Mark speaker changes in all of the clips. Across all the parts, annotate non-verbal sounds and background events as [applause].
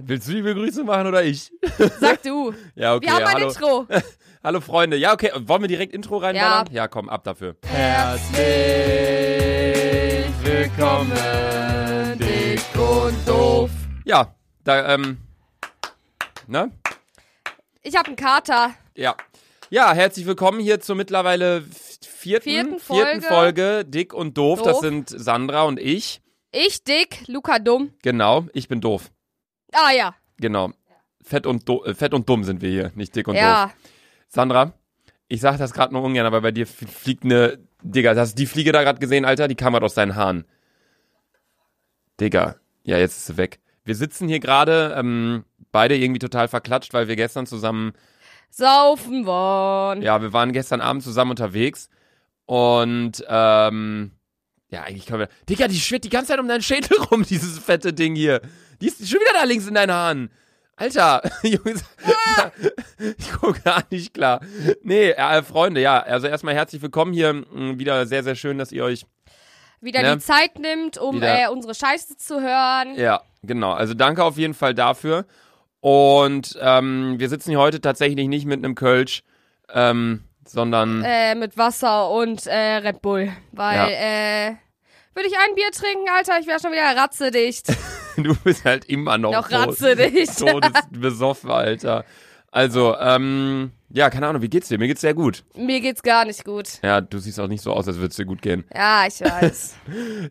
Speaker 1: Willst du die Begrüßung machen oder ich?
Speaker 2: Sag du.
Speaker 1: Ja, okay.
Speaker 2: Wir haben ein
Speaker 1: hallo,
Speaker 2: Intro.
Speaker 1: hallo Freunde. Ja, okay. Wollen wir direkt Intro reinballern? Ja, komm, ab dafür. Herzlich
Speaker 2: willkommen, dick und doof.
Speaker 1: Ja, da, ähm. Ne?
Speaker 2: Ich habe einen Kater.
Speaker 1: Ja. Ja, herzlich willkommen hier zur mittlerweile vierten,
Speaker 2: Vierten
Speaker 1: vierten
Speaker 2: Folge.
Speaker 1: Folge Dick und doof. Das
Speaker 2: Doof.
Speaker 1: sind Sandra und ich.
Speaker 2: Ich dick, Luca dumm.
Speaker 1: Genau, ich bin doof.
Speaker 2: Ah ja.
Speaker 1: Genau. Fett und, do äh, fett und dumm sind wir hier, nicht dick und doof.
Speaker 2: ja.
Speaker 1: Sandra, ich sag das gerade nur ungern, aber bei dir f- fliegt eine. Digga, hast du die Fliege da gerade gesehen, Alter? Die kam grad aus deinen Haaren. Digga, ja, jetzt ist sie weg. Wir sitzen hier gerade, ähm, beide irgendwie total verklatscht, weil wir gestern zusammen,
Speaker 2: Saufen wollen.
Speaker 1: ja, wir waren gestern Abend zusammen unterwegs und, ähm, ja, eigentlich können wir. Digga, die schwirrt die ganze Zeit um deinen Schädel [laughs] rum, dieses fette Ding hier. Die ist schon wieder da links in deinen Haaren. Alter, [laughs] Junge, ich gucke gar nicht klar. Nee, äh, Freunde, ja, also erstmal herzlich willkommen hier. m, Wieder sehr, sehr schön, dass ihr euch.
Speaker 2: Wieder
Speaker 1: Ne?
Speaker 2: die Zeit nimmt, um
Speaker 1: Wieder.
Speaker 2: äh, unsere Scheiße zu hören.
Speaker 1: Ja, genau. Also danke auf jeden Fall dafür. Und ähm, wir sitzen hier heute tatsächlich nicht mit einem Kölsch, ähm, sondern.
Speaker 2: Äh, mit Wasser und äh, Red Bull. Weil, äh, würde ich ein Bier trinken, Alter, ich wäre schon wieder ratzedicht.
Speaker 1: [laughs] Du bist halt immer noch,
Speaker 2: Noch
Speaker 1: so
Speaker 2: ratzedicht.
Speaker 1: [laughs] todesbesoffen, Alter. Also, ähm, ja, keine Ahnung, wie geht's dir? Mir geht's sehr gut.
Speaker 2: Mir geht's gar nicht gut.
Speaker 1: Ja, du siehst auch nicht so aus, als würd's dir gut gehen.
Speaker 2: Ja,
Speaker 1: [laughs]
Speaker 2: ich weiß.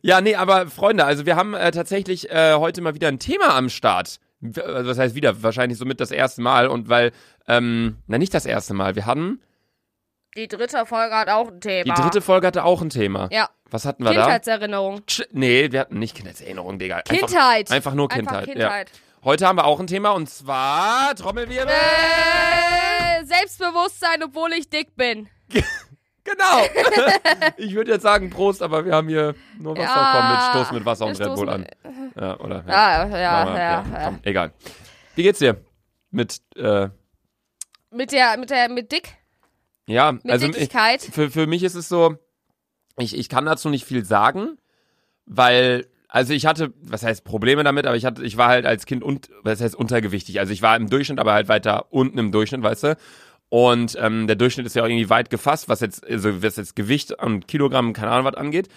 Speaker 1: Ja, nee, aber Freunde, also wir haben äh, tatsächlich äh, heute mal wieder ein Thema am Start. W- Also was heißt wieder? Wahrscheinlich somit das erste Mal und weil, ähm, na nicht das erste Mal, wir hatten,
Speaker 2: die dritte Folge hat auch ein
Speaker 1: die
Speaker 2: Thema.
Speaker 1: dritte Folge hatte auch ein Thema.
Speaker 2: Ja.
Speaker 1: Was hatten wir da?
Speaker 2: Kindheitserinnerung.
Speaker 1: Tsch, nee, wir hatten nicht Kindheitserinnerung, Digga. Einfach,
Speaker 2: Kindheit.
Speaker 1: Einfach nur Kindheit.
Speaker 2: Einfach Kindheit.
Speaker 1: Ja. Heute haben wir auch ein Thema und zwar Trommelwirbel.
Speaker 2: Äh, Selbstbewusstsein, obwohl ich dick bin.
Speaker 1: Genau. [laughs] ich würde jetzt sagen Prost, aber wir haben hier nur Wasser.
Speaker 2: Ja.
Speaker 1: Komm, mit Stoß mit Wasser und
Speaker 2: Wir
Speaker 1: Red Bull an. [laughs]
Speaker 2: stoßen-
Speaker 1: Ja, oder?
Speaker 2: Ah, Ja, ja,
Speaker 1: Machen wir,
Speaker 2: ja. ja.
Speaker 1: komm, Egal. Wie geht's dir? Mit, äh,
Speaker 2: Mit der, mit der, mit Dick,
Speaker 1: ja,
Speaker 2: mit
Speaker 1: also ich,
Speaker 2: Dickigkeit.
Speaker 1: für, für mich ist es so, ich, ich kann dazu nicht viel sagen, weil, also ich hatte, was heißt Probleme damit, aber ich hatte, ich war halt als Kind und, was heißt untergewichtig. Also ich war im Durchschnitt, aber halt weiter unten im Durchschnitt, weißt du? Und ähm, der Durchschnitt ist ja auch irgendwie weit gefasst, was jetzt, also was jetzt Gewicht und Kilogramm, keine Ahnung was angeht.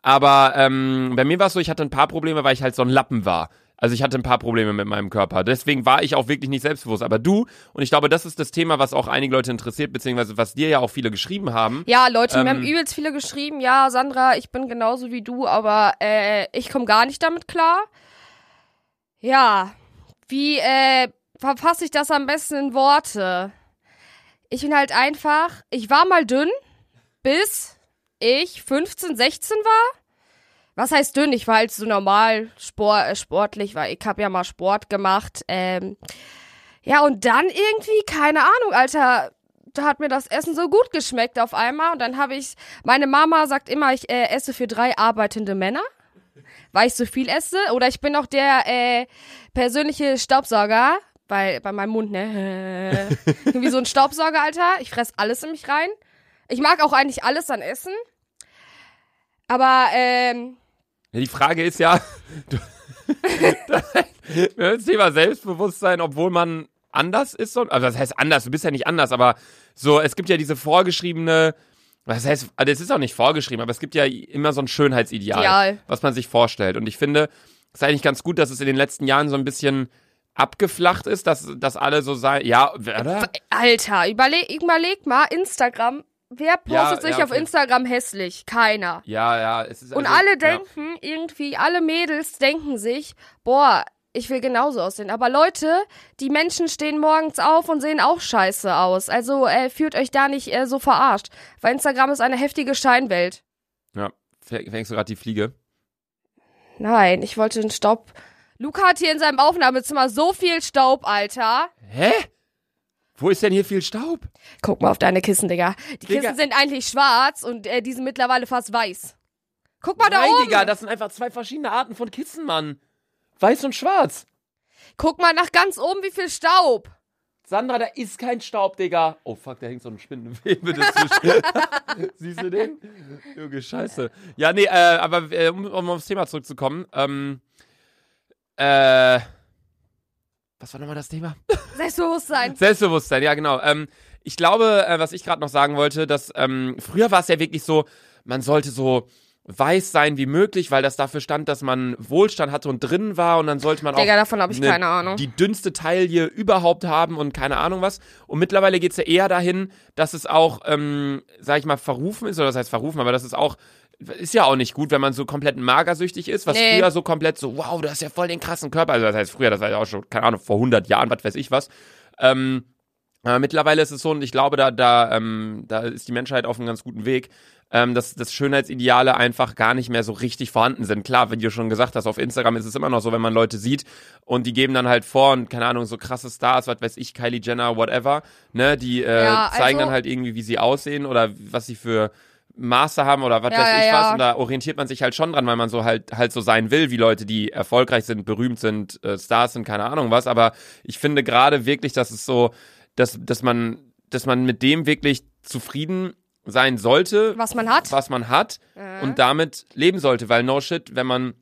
Speaker 1: Aber ähm, bei mir war es so, ich hatte ein paar Probleme, weil ich halt so ein Lappen war. Also ich hatte ein paar Probleme mit meinem Körper. Deswegen war ich auch wirklich nicht selbstbewusst. Aber du, und ich glaube, das ist das Thema, was auch einige Leute interessiert, beziehungsweise was dir ja auch viele geschrieben haben.
Speaker 2: Ja, Leute,
Speaker 1: Ähm,
Speaker 2: mir haben übelst viele geschrieben, ja, Sandra, ich bin genauso wie du, aber äh, ich komme gar nicht damit klar. Ja, wie äh, verfasse ich das am besten in Worte? Ich bin halt einfach, ich war mal dünn, bis ich 15, 16 war. Was heißt dünn? Ich war halt so normal spor äh, sportlich, weil ich habe ja mal Sport gemacht. Ähm, ja, und dann irgendwie, keine Ahnung, Alter, da hat mir das Essen so gut geschmeckt auf einmal. Und dann habe ich, meine Mama sagt immer, ich äh, esse für drei arbeitende Männer, weil ich so viel esse. Oder ich bin auch der äh, persönliche Staubsauger, weil bei meinem Mund, ne? [laughs] Wie so ein Staubsauger, Alter. Ich fress alles in mich rein. Ich mag auch eigentlich alles an Essen. Aber, ähm,
Speaker 1: Ja, die Frage ist ja, [laughs] du, wir haben das Thema Selbstbewusstsein, obwohl man anders ist. Und, also das heißt anders, du bist ja nicht anders, aber so, es gibt ja diese vorgeschriebene, was heißt, also es ist auch nicht vorgeschrieben, aber es gibt ja immer so ein Schönheitsideal,
Speaker 2: Ideal.
Speaker 1: was man sich vorstellt. Und ich finde, es ist eigentlich ganz gut, dass es in den letzten Jahren so ein bisschen abgeflacht ist, dass, dass alle so sein, ja, oder?
Speaker 2: Alter, überleg, überleg mal, Instagram. Wer
Speaker 1: Ja,
Speaker 2: postet sich
Speaker 1: ja,
Speaker 2: auf
Speaker 1: okay.
Speaker 2: Instagram hässlich? Keiner.
Speaker 1: Ja, ja, es ist
Speaker 2: Und
Speaker 1: also-
Speaker 2: alle
Speaker 1: ja.
Speaker 2: denken irgendwie, alle Mädels denken sich, boah, ich will genauso aussehen. Aber Leute, die Menschen stehen morgens auf und sehen auch scheiße aus. Also äh, fühlt euch da nicht äh, so verarscht. Weil Instagram ist eine heftige Scheinwelt.
Speaker 1: Ja, fängst du gerade die Fliege?
Speaker 2: Nein, ich wollte den Staub. Luca hat hier in seinem Aufnahmezimmer so viel Staub, Alter.
Speaker 1: Hä? Wo ist denn hier viel Staub?
Speaker 2: Guck mal auf deine Kissen, Digga. Die
Speaker 1: Digga.
Speaker 2: Kissen sind eigentlich schwarz und äh, die sind mittlerweile fast weiß. Guck mal da
Speaker 1: Nein,
Speaker 2: oben.
Speaker 1: Digga, das sind einfach zwei verschiedene Arten von Kissen, Mann. Weiß und schwarz.
Speaker 2: Guck mal nach ganz oben, wie viel Staub.
Speaker 1: Sandra, da ist kein Staub, Digga. Oh fuck, da hängt so ein Spinnenwebe dazwischen. [laughs] Siehst du den? Junge, scheiße. Ja, nee, äh, aber äh, um, um aufs Thema zurückzukommen, ähm, äh, was war nochmal das Thema? [laughs]
Speaker 2: Selbstbewusstsein.
Speaker 1: Selbstbewusstsein, ja genau. Ähm, ich glaube, äh, was ich gerade noch sagen wollte, dass ähm, früher war es ja wirklich so, man sollte so weiß sein wie möglich, weil das dafür stand, dass man Wohlstand hatte und drin war und dann sollte man auch
Speaker 2: Digga, davon habe ich
Speaker 1: ne-
Speaker 2: keine Ahnung.
Speaker 1: die dünnste Taille überhaupt haben und keine Ahnung was. Und mittlerweile geht's ja eher dahin, dass es auch, ähm, sag ich mal, verrufen ist, oder das heißt verrufen, aber das ist auch, ist ja auch nicht gut, wenn man so komplett magersüchtig ist, was
Speaker 2: Nee.
Speaker 1: früher so komplett so, wow, du hast ja voll den krassen Körper. Also das heißt früher, das war ja auch schon, keine Ahnung, vor 100 Jahren, was weiß ich was. Ähm, aber mittlerweile ist es so, und ich glaube, da, da, ähm, da ist die Menschheit auf einem ganz guten Weg, ähm, dass, dass Schönheitsideale einfach gar nicht mehr so richtig vorhanden sind. Klar, wenn du schon gesagt hast, auf Instagram ist es immer noch so, wenn man Leute sieht und die geben dann halt vor und keine Ahnung, so krasse Stars, was weiß ich, Kylie Jenner, whatever, ne, die äh,
Speaker 2: Ja,
Speaker 1: zeigen
Speaker 2: also-
Speaker 1: dann halt irgendwie, wie sie aussehen oder was sie für Maße haben oder was
Speaker 2: Ja,
Speaker 1: weiß ich
Speaker 2: ja, ja.
Speaker 1: was. Und da orientiert man sich halt schon dran, weil man so halt halt so sein will, wie Leute, die erfolgreich sind, berühmt sind, äh, Stars sind, keine Ahnung was. Aber ich finde gerade wirklich, dass es so, dass, dass man, dass man mit dem wirklich zufrieden sein sollte,
Speaker 2: Was man hat.
Speaker 1: was man hat
Speaker 2: Äh.
Speaker 1: und damit leben sollte, weil no shit, wenn man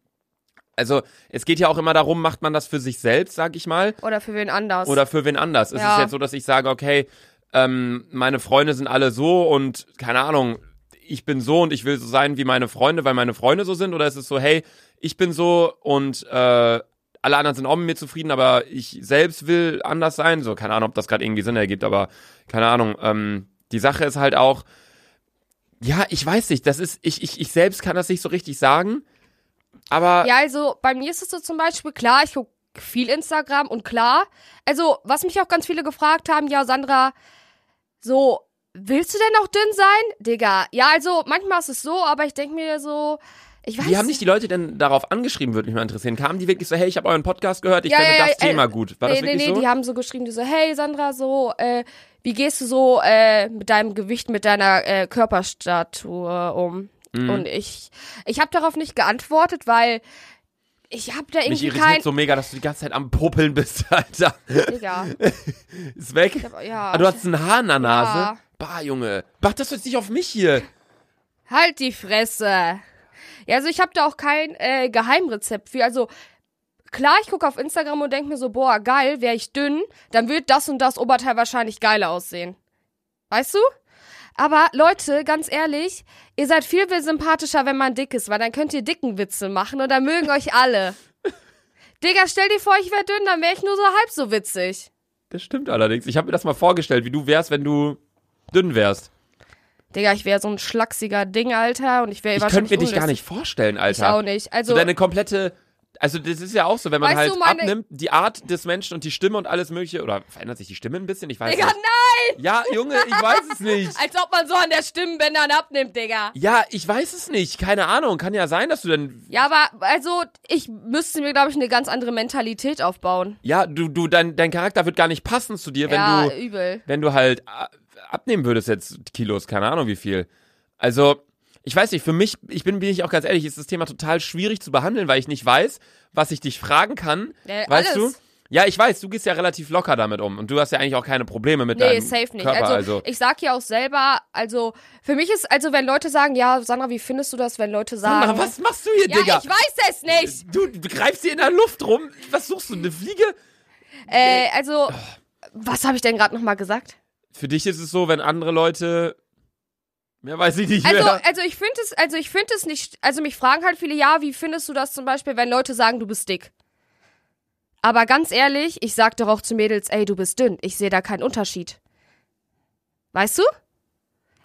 Speaker 1: also es geht ja auch immer darum, macht man das für sich selbst, sag ich mal,
Speaker 2: Oder für wen anders.
Speaker 1: oder für wen anders. Es
Speaker 2: Ja.
Speaker 1: ist jetzt so, dass ich sage, okay, ähm, meine Freunde sind alle so und keine Ahnung, ich bin so und ich will so sein wie meine Freunde, weil meine Freunde so sind. Oder ist es so, hey, ich bin so und äh, alle anderen sind auch mit mir zufrieden, aber ich selbst will anders sein. So, keine Ahnung, ob das gerade irgendwie Sinn ergibt, aber keine Ahnung. Ähm, die Sache ist halt auch, ja, ich weiß nicht, das ist, ich, ich, ich selbst kann das nicht so richtig sagen, aber
Speaker 2: Ja, also bei mir ist es so zum Beispiel, klar, ich gucke viel Instagram und klar, also was mich auch ganz viele gefragt haben, ja, Sandra, so, willst du denn auch dünn sein? Digga, ja, also manchmal ist es so, aber ich denke mir so, ich weiß
Speaker 1: Wie haben dich die Leute denn darauf angeschrieben, würde mich mal interessieren. Kamen die wirklich so, hey, ich habe euren Podcast gehört, ich
Speaker 2: Ja,
Speaker 1: finde
Speaker 2: ja,
Speaker 1: das
Speaker 2: ja,
Speaker 1: Thema
Speaker 2: äh,
Speaker 1: gut. War
Speaker 2: nee,
Speaker 1: das
Speaker 2: nee,
Speaker 1: wirklich
Speaker 2: nee,
Speaker 1: so?
Speaker 2: die haben so geschrieben, die so, hey Sandra, so, äh, wie gehst du so äh, mit deinem Gewicht, mit deiner äh, Körperstatur um?
Speaker 1: Mhm.
Speaker 2: Und ich, ich habe darauf nicht geantwortet, weil ich habe da
Speaker 1: mich
Speaker 2: irgendwie
Speaker 1: irritiert
Speaker 2: kein...
Speaker 1: so mega, dass du die ganze Zeit am Popeln bist, [laughs] Alter.
Speaker 2: Digga,
Speaker 1: Ist weg.
Speaker 2: ich hab, ja.
Speaker 1: ah, du hast einen Haar in der Nase.
Speaker 2: Ja.
Speaker 1: Bah, Junge. Mach das jetzt nicht auf mich hier.
Speaker 2: Halt die Fresse. Ja, also ich habe da auch kein äh, Geheimrezept für. Also klar, ich gucke auf Instagram und denke mir so, boah, geil, wäre ich dünn, dann wird das und das Oberteil wahrscheinlich geiler aussehen. Weißt du? Aber Leute, ganz ehrlich, ihr seid viel, viel sympathischer, wenn man dick ist, weil dann könnt ihr dicken Witze machen und dann mögen
Speaker 1: [laughs]
Speaker 2: euch alle. Digga, stell dir vor, ich wäre dünn, dann wäre ich nur so halb so witzig.
Speaker 1: Das stimmt allerdings. Ich habe mir das mal vorgestellt, wie du wärst, wenn du dünn wärst.
Speaker 2: Digga, ich wäre so ein schlacksiger Ding, Alter, und ich wäre
Speaker 1: Ich könnte
Speaker 2: wahrscheinlich
Speaker 1: mir dich gar
Speaker 2: unlustig.
Speaker 1: nicht vorstellen,
Speaker 2: Ich auch
Speaker 1: Alter.
Speaker 2: nicht.
Speaker 1: So
Speaker 2: Also
Speaker 1: deine komplette... Also das ist ja auch so, wenn man
Speaker 2: Weißt
Speaker 1: halt
Speaker 2: du, meine-
Speaker 1: abnimmt, die Art des Menschen und die Stimme und alles mögliche, oder verändert sich die Stimme ein bisschen? Ich weiß
Speaker 2: Digga,
Speaker 1: nicht.
Speaker 2: nein!
Speaker 1: Ja, Junge, ich weiß es
Speaker 2: [laughs]
Speaker 1: nicht.
Speaker 2: Als ob man so an der Stimmbändern abnimmt, Digga.
Speaker 1: Ja, ich weiß es nicht. Keine Ahnung. Kann ja sein, dass du dann.
Speaker 2: Ja, aber also, ich müsste mir, glaube ich, eine ganz andere Mentalität aufbauen.
Speaker 1: Ja, du, du, dein, dein Charakter wird gar nicht passen zu dir, wenn
Speaker 2: ja, äh,
Speaker 1: du,
Speaker 2: übel.
Speaker 1: wenn du halt a- abnehmen würdest jetzt Kilos, keine Ahnung wie viel. Also, ich weiß nicht, für mich, ich bin, bin ich auch ganz ehrlich, ist das Thema total schwierig zu behandeln, weil ich nicht weiß, was ich dich fragen kann.
Speaker 2: Äh,
Speaker 1: weißt
Speaker 2: alles.
Speaker 1: du? Ja, ich weiß, du gehst ja relativ locker damit um und du hast ja eigentlich auch keine Probleme mit
Speaker 2: Nee,
Speaker 1: deinem
Speaker 2: safe nicht.
Speaker 1: Körper.
Speaker 2: also,
Speaker 1: Also,
Speaker 2: ich sag ja auch selber, also, für mich ist, also, wenn Leute sagen, ja, Sandra, wie findest du das, wenn Leute sagen.
Speaker 1: Sandra, was machst du hier,
Speaker 2: ja,
Speaker 1: Digga?
Speaker 2: ich weiß es nicht.
Speaker 1: Du greifst hier in der Luft rum. Was suchst du, eine Fliege?
Speaker 2: Äh, also, was habe ich denn gerade nochmal gesagt?
Speaker 1: für dich ist es so, wenn andere Leute. Mehr weiß ich nicht
Speaker 2: Also,
Speaker 1: mehr.
Speaker 2: also ich finde es, also ich finde es nicht, also mich fragen halt viele, ja, wie findest du das zum Beispiel, wenn Leute sagen, du bist dick? Aber ganz ehrlich, ich sag doch auch zu Mädels, ey, du bist dünn. Ich sehe da keinen Unterschied. Weißt du?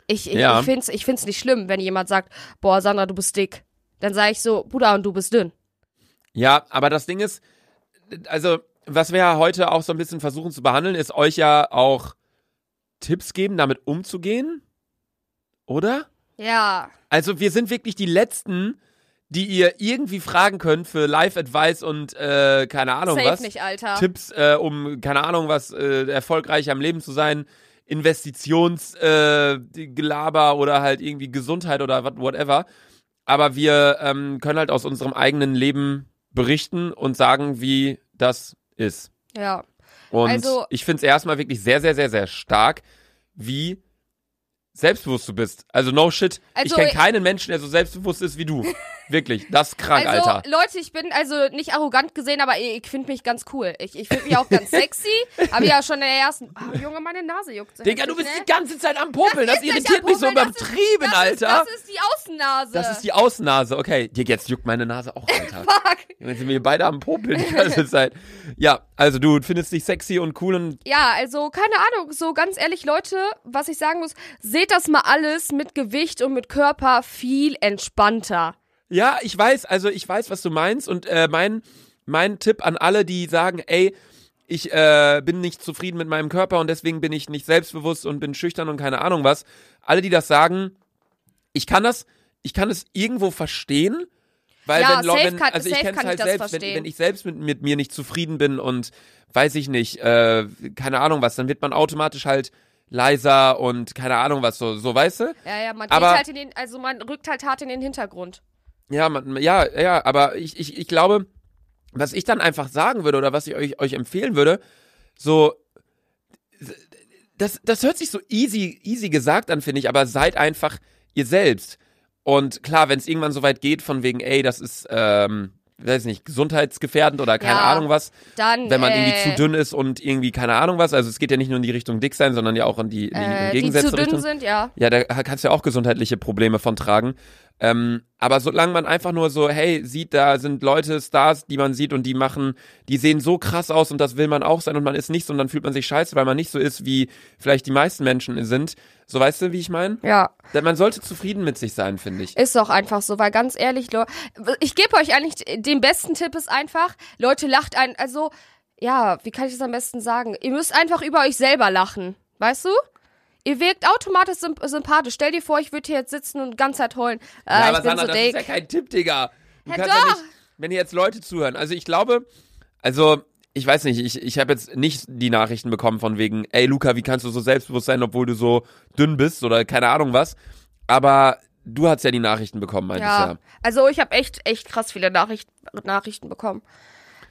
Speaker 2: Ich, ich,
Speaker 1: Ja.
Speaker 2: ich finde es ich find's nicht schlimm, wenn jemand sagt, boah, Sandra, du bist dick. Dann sage ich so, Bruder, und du bist dünn.
Speaker 1: Ja, aber das Ding ist, also, was wir ja heute auch so ein bisschen versuchen zu behandeln, ist euch ja auch Tipps geben, damit umzugehen. Oder?
Speaker 2: Ja.
Speaker 1: Also, wir sind wirklich die Letzten, die ihr irgendwie fragen könnt für Live-Advice und äh, keine Ahnung
Speaker 2: Safe
Speaker 1: was.
Speaker 2: nicht, Alter.
Speaker 1: Tipps, äh, um, keine Ahnung, was äh, erfolgreich am Leben zu sein, Investitionsgelaber äh, Gelaber oder halt irgendwie Gesundheit oder wat- whatever. Aber wir ähm, können halt aus unserem eigenen Leben berichten und sagen, wie das ist.
Speaker 2: Ja.
Speaker 1: Und
Speaker 2: Also-
Speaker 1: ich finde es erstmal wirklich sehr, sehr, sehr, sehr stark, wie selbstbewusst du bist. Also no shit. ich
Speaker 2: Also
Speaker 1: kenne
Speaker 2: ich- [laughs]
Speaker 1: keinen Menschen, der so selbstbewusst ist wie du. Wirklich, das ist krank,
Speaker 2: also,
Speaker 1: Alter.
Speaker 2: Leute, ich bin also nicht arrogant gesehen, aber ich, ich finde mich ganz cool. Ich, ich finde mich auch ganz sexy.
Speaker 1: [laughs]
Speaker 2: Hab ich ja schon in der ersten. Ah, Junge, meine Nase juckt. so
Speaker 1: Digga, du
Speaker 2: heftig,
Speaker 1: bist
Speaker 2: ne?
Speaker 1: die ganze Zeit am Popeln. Das,
Speaker 2: ist nicht
Speaker 1: irritiert
Speaker 2: am
Speaker 1: mich so
Speaker 2: Popeln, das ist-
Speaker 1: übertrieben,
Speaker 2: ne? das ist,
Speaker 1: Alter.
Speaker 2: Das ist die Außennase.
Speaker 1: Das ist die Außennase, okay. Dir jetzt juckt meine Nase auch, Alter.
Speaker 2: [laughs] Fuck.
Speaker 1: Jetzt sind wir beide am Popeln die ganze Zeit. Ja, also du findest dich sexy und cool und
Speaker 2: Ja, also keine Ahnung, so ganz ehrlich, Leute, was ich sagen muss, seht das mal alles mit Gewicht und mit Körper viel entspannter.
Speaker 1: Ja, ich weiß, also ich weiß, was du meinst und äh, mein, mein Tipp an alle, die sagen, ey, ich äh, bin nicht zufrieden mit meinem Körper und deswegen bin ich nicht selbstbewusst und bin schüchtern und keine Ahnung was. Alle, die das sagen, ich kann das, ich kann es irgendwo verstehen, weil
Speaker 2: Ja,
Speaker 1: wenn, Lo-
Speaker 2: safe
Speaker 1: wenn
Speaker 2: kann-
Speaker 1: also ich
Speaker 2: safe
Speaker 1: kenne es
Speaker 2: kann ich
Speaker 1: halt
Speaker 2: das
Speaker 1: selbst, wenn,
Speaker 2: verstehen.
Speaker 1: wenn ich selbst mit, mit mir nicht zufrieden bin und weiß ich nicht, äh, keine Ahnung was, dann wird man automatisch halt leiser und keine Ahnung was, so, so weißt du?
Speaker 2: Ja, ja, man
Speaker 1: Aber-
Speaker 2: geht halt in den, also man rückt halt hart in den Hintergrund.
Speaker 1: Ja, man, ja, ja, aber ich, ich, ich glaube, was ich dann einfach sagen würde oder was ich euch, euch empfehlen würde, so, das, das hört sich so easy, easy gesagt an, finde ich, aber seid einfach ihr selbst. Und klar, wenn es irgendwann so weit geht, von wegen, ey, das ist, ähm, weiß nicht, gesundheitsgefährdend oder keine
Speaker 2: Ja.
Speaker 1: Ahnung was,
Speaker 2: Dann,
Speaker 1: wenn man
Speaker 2: äh,
Speaker 1: irgendwie zu dünn ist und irgendwie keine Ahnung was, also es geht ja nicht nur in die Richtung dick sein, sondern ja auch in die, in die
Speaker 2: äh, die
Speaker 1: entgegengesetzte
Speaker 2: zu dünn
Speaker 1: Richtung.
Speaker 2: sind, ja.
Speaker 1: Ja, da kannst du ja auch gesundheitliche Probleme von tragen. Ähm, aber solange man einfach nur so, hey, sieht, da sind Leute, Stars, die man sieht und die machen, die sehen so krass aus und das will man auch sein und man ist nichts und dann fühlt man sich scheiße, weil man nicht so ist, wie vielleicht die meisten Menschen sind. So weißt du, wie ich meine?
Speaker 2: Ja,
Speaker 1: Denn man sollte zufrieden mit sich sein, finde ich.
Speaker 2: ist doch einfach so, weil ganz ehrlich, Leute, ich gebe euch eigentlich den besten Tipp ist einfach, Leute lacht ein, also ja, wie kann ich das am besten sagen? Ihr müsst einfach über euch selber lachen, weißt du? Ihr wirkt automatisch symp sympathisch. Stell dir vor, ich würde hier jetzt sitzen und die ganze Zeit heulen. Äh,
Speaker 1: ja,
Speaker 2: ich
Speaker 1: aber
Speaker 2: bin
Speaker 1: Sandra,
Speaker 2: so
Speaker 1: das ist
Speaker 2: dick.
Speaker 1: ja kein Tipp, Digga. Du
Speaker 2: Ja,
Speaker 1: kannst ja
Speaker 2: doch.
Speaker 1: nicht, wenn hier jetzt Leute zuhören. Also ich glaube, also ich weiß nicht, ich, ich habe jetzt nicht die Nachrichten bekommen von wegen, ey Luca, wie kannst du so selbstbewusst sein, obwohl du so dünn bist oder keine Ahnung was. Aber du hast ja die Nachrichten bekommen, meinte ich
Speaker 2: Ja.
Speaker 1: ja.
Speaker 2: Also ich habe echt, echt krass viele Nachricht, Nachrichten bekommen.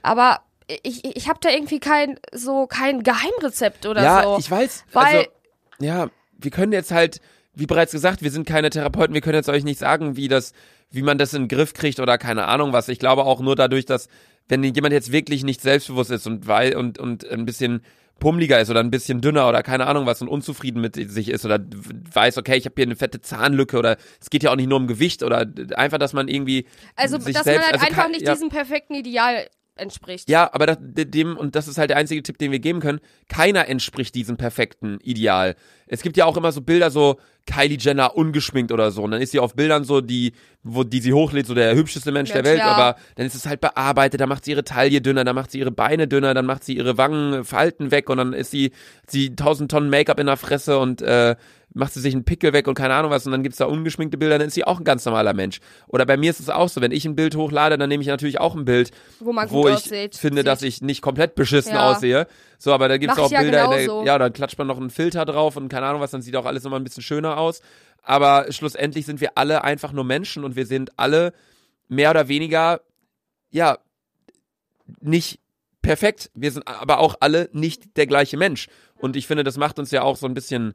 Speaker 2: Aber ich, ich- ich habe da irgendwie kein so kein Geheimrezept oder
Speaker 1: ja,
Speaker 2: so.
Speaker 1: ich weiß.
Speaker 2: Weil-
Speaker 1: also, ja, wir können jetzt halt, wie bereits gesagt, wir sind keine Therapeuten, wir können jetzt euch nicht sagen, wie das, wie man das in den Griff kriegt oder keine Ahnung was. Ich glaube auch nur dadurch, dass, wenn jemand jetzt wirklich nicht selbstbewusst ist und weil und, und ein bisschen pummeliger ist oder ein bisschen dünner oder keine Ahnung was und unzufrieden mit sich ist oder w- weiß, okay, ich habe hier eine fette Zahnlücke oder es geht ja auch nicht nur um Gewicht oder einfach, dass man irgendwie
Speaker 2: also
Speaker 1: sich
Speaker 2: dass
Speaker 1: selbst,
Speaker 2: man halt
Speaker 1: also
Speaker 2: einfach
Speaker 1: kein-
Speaker 2: nicht
Speaker 1: ja.
Speaker 2: diesem perfekten Ideal entspricht.
Speaker 1: Ja, aber das, de- dem, und das ist halt der einzige Tipp, den wir geben können, keiner entspricht diesem perfekten Ideal. Es gibt ja auch immer so Bilder, so Kylie Jenner ungeschminkt oder so. Und dann ist sie auf Bildern so, die, wo, die sie hochlädt, so der hübscheste Mensch der
Speaker 2: Mensch,
Speaker 1: Welt,
Speaker 2: ja.
Speaker 1: aber dann ist es halt bearbeitet, dann macht sie ihre Taille dünner, dann macht sie ihre Beine dünner, dann macht sie ihre Wangen, äh, Falten weg und dann ist sie, sie tausend Tonnen Make-up in der Fresse und äh, macht sie sich einen Pickel weg und keine Ahnung was und dann gibt's da ungeschminkte Bilder, dann ist sie auch ein ganz normaler Mensch. Oder bei mir ist es auch so, wenn ich ein Bild hochlade, dann nehme ich natürlich auch ein Bild,
Speaker 2: Wo man
Speaker 1: wo
Speaker 2: gut
Speaker 1: ich
Speaker 2: aussieht,
Speaker 1: finde,
Speaker 2: sieht.
Speaker 1: dass ich nicht komplett beschissen
Speaker 2: Ja.
Speaker 1: aussehe. So, aber da gibt's
Speaker 2: Mach ich
Speaker 1: auch
Speaker 2: ja
Speaker 1: Bilder, in der,
Speaker 2: genauso.
Speaker 1: ja, dann klatscht man noch einen Filter drauf und keine Ahnung was, dann sieht auch alles nochmal ein bisschen schöner aus. Aber schlussendlich sind wir alle einfach nur Menschen und wir sind alle mehr oder weniger, ja, nicht perfekt. Wir sind aber auch alle nicht der gleiche Mensch. Und ich finde, das macht uns ja auch so ein bisschen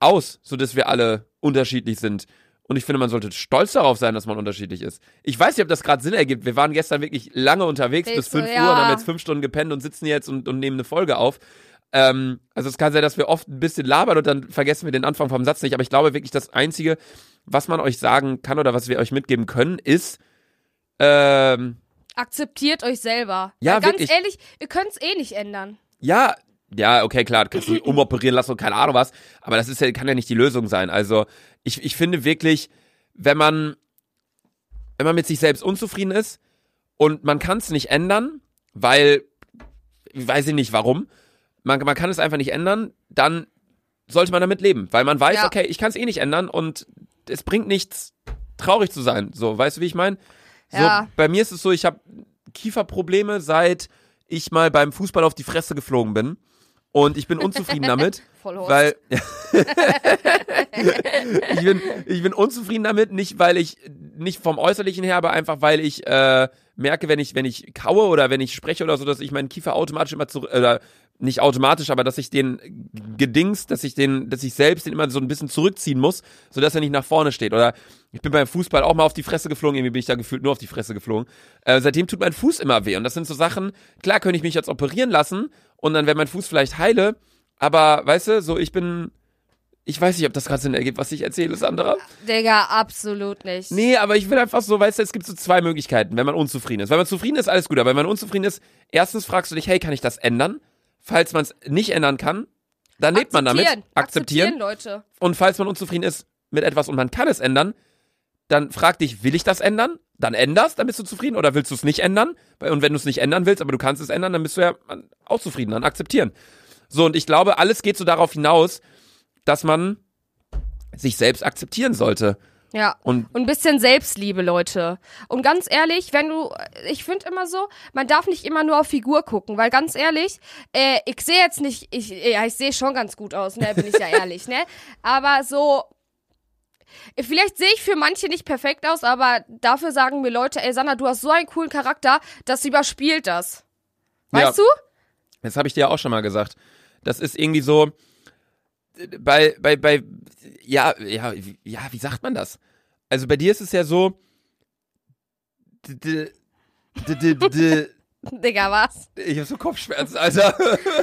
Speaker 1: aus, sodass wir alle unterschiedlich sind. Und ich finde, man sollte stolz darauf sein, dass man unterschiedlich ist. Ich weiß nicht, ob das gerade Sinn ergibt. Wir waren gestern wirklich lange unterwegs bis
Speaker 2: Willst du-
Speaker 1: 5 Uhr
Speaker 2: ja.
Speaker 1: und haben jetzt fünf Stunden gepennt und sitzen jetzt und, und nehmen eine Folge auf. Ähm, also es kann sein, dass wir oft ein bisschen labern und dann vergessen wir den Anfang vom Satz nicht. Aber ich glaube wirklich, das Einzige, was man euch sagen kann oder was wir euch mitgeben können, ist, ähm,
Speaker 2: Akzeptiert euch selber.
Speaker 1: Ja,
Speaker 2: Weil ganz
Speaker 1: wirklich.
Speaker 2: ehrlich, ihr könnt's eh nicht ändern.
Speaker 1: Ja, ja, okay, klar, du kannst
Speaker 2: [laughs]
Speaker 1: dich umoperieren lassen und keine Ahnung was, aber das ist ja, kann ja nicht die Lösung sein. Also, ich, ich finde wirklich, wenn man, wenn man mit sich selbst unzufrieden ist und man kann es nicht ändern, weil, weiß ich nicht warum, man, man kann es einfach nicht ändern, dann sollte man damit leben, weil man weiß,
Speaker 2: Ja.
Speaker 1: okay, ich kann es eh nicht ändern und es bringt nichts, traurig zu sein. So, weißt du, wie ich meine? So,
Speaker 2: Ja.
Speaker 1: Bei mir ist es so, ich habe
Speaker 2: [laughs]
Speaker 1: Kieferprobleme, seit ich mal beim Fußball auf die Fresse geflogen bin. Und ich bin unzufrieden damit.
Speaker 2: Vollhorst.
Speaker 1: Weil ich, bin, ich bin unzufrieden damit, nicht weil ich nicht vom Äußerlichen her, aber einfach weil ich äh, merke, wenn ich wenn ich kaue oder wenn ich spreche oder so, dass ich meinen Kiefer automatisch immer zurück oder nicht automatisch, aber dass ich den gedings, dass ich den, dass ich selbst den immer so ein bisschen zurückziehen muss, sodass er nicht nach vorne steht. Oder ich bin beim Fußball auch mal auf die Fresse geflogen, irgendwie bin ich da gefühlt nur auf die Fresse geflogen. Äh, seitdem tut mein Fuß immer weh. Und das sind so Sachen, klar könnte ich mich jetzt operieren lassen und dann wäre mein Fuß vielleicht heile, aber weißt du, so ich bin. Ich weiß nicht, ob das gerade Sinn ergibt, was ich erzähle, Sandra.
Speaker 2: Digga, absolut nicht.
Speaker 1: Nee, aber ich will einfach so, weißt du, es gibt so zwei Möglichkeiten, wenn man unzufrieden ist. Wenn man zufrieden ist, alles gut, aber wenn man unzufrieden ist, erstens fragst du dich, hey, kann ich das ändern? Falls man es nicht ändern kann, dann lebt man damit.
Speaker 2: Akzeptieren. Akzeptieren, Leute.
Speaker 1: Und falls man unzufrieden ist mit etwas und man kann es ändern, dann frag dich, will ich das ändern? Dann änderst, dann bist du zufrieden oder willst du es nicht ändern? Und wenn du es nicht ändern willst, aber du kannst es ändern, dann bist du ja auch zufrieden, dann akzeptieren. So, und ich glaube, alles geht so darauf hinaus, dass man sich selbst akzeptieren sollte.
Speaker 2: Ja.
Speaker 1: Und
Speaker 2: Und ein bisschen Selbstliebe, Leute. Und ganz ehrlich, wenn du, ich finde immer so, man darf nicht immer nur auf Figur gucken, weil ganz ehrlich, äh, ich sehe jetzt nicht, ich, ja, ich sehe schon ganz gut aus, ne, bin ich ja ehrlich, ne? Aber so, vielleicht sehe ich für manche nicht perfekt aus, aber dafür sagen mir Leute, ey Sanna, du hast so einen coolen Charakter, das überspielt das. Weißt
Speaker 1: Ja.
Speaker 2: du?
Speaker 1: das habe ich dir ja auch schon mal gesagt. Das ist irgendwie so äh, bei bei bei ja, ja, wie- ja, wie sagt man das? Also bei dir ist es ja so d- d- d- d- d-
Speaker 2: Digga, was?
Speaker 1: ich habe so Kopfschmerzen, Alter.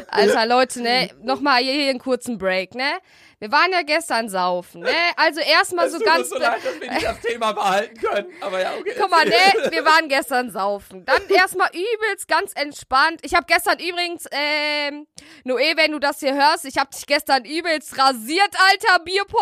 Speaker 2: Alter, Leute, ne? Nochmal hier, hier einen kurzen Break, ne? Wir waren ja gestern saufen, ne? [laughs] Also erstmal so
Speaker 1: Es tut
Speaker 2: ganz.
Speaker 1: uns so leid, dass wir nicht das Thema behalten können, aber ja, okay.
Speaker 2: Guck mal, ne, wir waren gestern saufen. Dann erstmal übelst ganz entspannt. Ich habe gestern übrigens, ähm, Noe, wenn du das hier hörst, ich habe dich gestern übelst rasiert, alter Bierpong.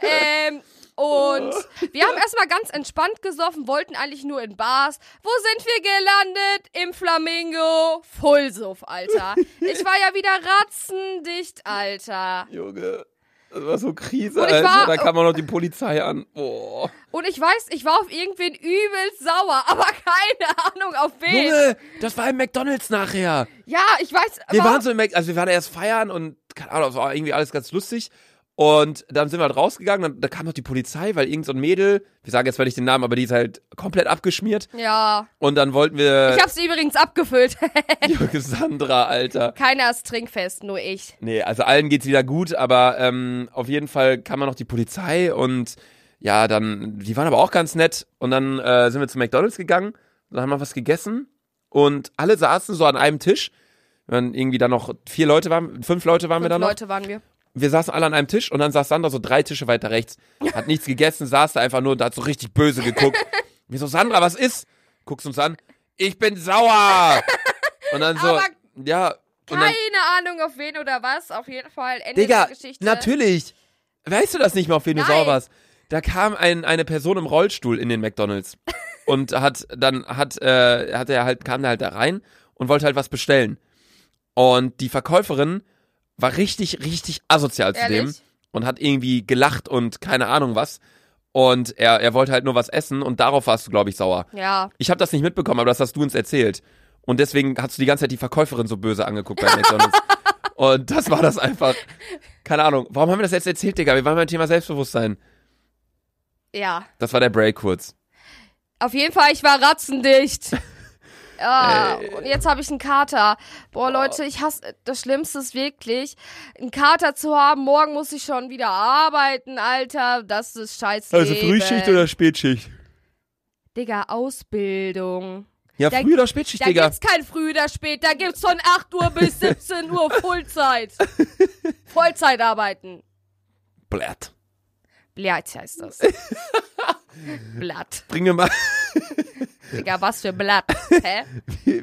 Speaker 2: Ähm, und wir haben erstmal ganz entspannt gesoffen, wollten eigentlich nur in Bars. Wo sind wir gelandet? Im Flamingo. Fullsuff, Alter. Ich war ja wieder ratzendicht, Alter.
Speaker 1: Junge, das war so Krise,
Speaker 2: Und ich war-
Speaker 1: Alter. Da kam auch noch die Polizei an. Oh. Boah.
Speaker 2: Und ich weiß, ich war auf irgendwen übelst sauer, aber keine Ahnung auf wen.
Speaker 1: Junge, das war im McDonalds nachher.
Speaker 2: Ja, ich weiß.
Speaker 1: Wir
Speaker 2: aber-
Speaker 1: waren so im Mac, also wir waren erst feiern und keine Ahnung, es war irgendwie alles ganz lustig. Und dann sind wir halt rausgegangen, dann, da kam noch die Polizei, weil irgend so ein Mädel, wir sagen jetzt völlig den Namen, aber die ist halt komplett abgeschmiert.
Speaker 2: Ja.
Speaker 1: Und dann wollten wir
Speaker 2: Ich hab's übrigens abgefüllt. [laughs]
Speaker 1: [laughs] Jürgen Sandra, Alter.
Speaker 2: Keiner ist trinkfest, nur ich.
Speaker 1: Nee, also allen geht's wieder gut, aber ähm, auf jeden Fall kam man noch die Polizei und ja, dann, die waren aber auch ganz nett. Und dann äh, sind wir zu McDonalds gegangen, dann haben wir was gegessen und alle saßen so an einem Tisch. Dann irgendwie dann noch vier Leute waren, fünf Leute waren wir
Speaker 2: Fünf
Speaker 1: dann noch.
Speaker 2: Leute waren wir.
Speaker 1: wir saßen alle an einem Tisch und dann saß Sandra so drei Tische weiter rechts, hat nichts gegessen, saß da einfach nur und hat so richtig böse geguckt. Mir so, Sandra, was ist? Guckst uns an, ich bin sauer. Und dann so,
Speaker 2: Aber
Speaker 1: ja. Und
Speaker 2: Keine
Speaker 1: dann,
Speaker 2: Ahnung auf wen oder was. Auf jeden Fall Ende
Speaker 1: Digga,
Speaker 2: der Geschichte.
Speaker 1: natürlich. Weißt du das nicht mal, auf wen du
Speaker 2: Nein.
Speaker 1: sauer warst? Da kam ein, eine Person im Rollstuhl in den McDonalds und hat dann hat, äh, hat er halt, kam da halt da rein und wollte halt was bestellen. Und die Verkäuferin war richtig, richtig asozial zu dem
Speaker 2: Ehrlich?
Speaker 1: und hat irgendwie gelacht und keine Ahnung was. Und er, er wollte halt nur was essen und darauf warst du, glaube ich, sauer.
Speaker 2: Ja.
Speaker 1: Ich habe das nicht mitbekommen, aber das hast du uns erzählt. Und deswegen hast du die ganze Zeit die Verkäuferin so böse angeguckt bei [laughs] McDonalds. Und das war das einfach. Keine Ahnung. Warum haben wir das jetzt erzählt, Digga? Wir waren beim Thema Selbstbewusstsein.
Speaker 2: Ja.
Speaker 1: Das war der Break kurz.
Speaker 2: Auf jeden Fall, ich war ratzendicht.
Speaker 1: [laughs]
Speaker 2: Ja,
Speaker 1: Ey.
Speaker 2: und jetzt habe ich einen Kater. Boah, Leute, ich hasse, das Schlimmste ist wirklich, einen Kater zu haben. Morgen muss ich schon wieder arbeiten, Alter. Das ist
Speaker 1: Also
Speaker 2: scheiße.
Speaker 1: Spätschicht?
Speaker 2: Digga, Ausbildung.
Speaker 1: Ja,
Speaker 2: Da-
Speaker 1: früh oder Spätschicht,
Speaker 2: Da
Speaker 1: Digga.
Speaker 2: gibt's kein Früh oder Spät, da gibt's von 8 Uhr
Speaker 1: [laughs]
Speaker 2: bis 17 Uhr Vollzeit. Vollzeit arbeiten.
Speaker 1: Blatt.
Speaker 2: Blatt
Speaker 1: [laughs]
Speaker 2: heißt das. Blatt.
Speaker 1: Bring mir mal.
Speaker 2: Digga, was für Blatt. Hä?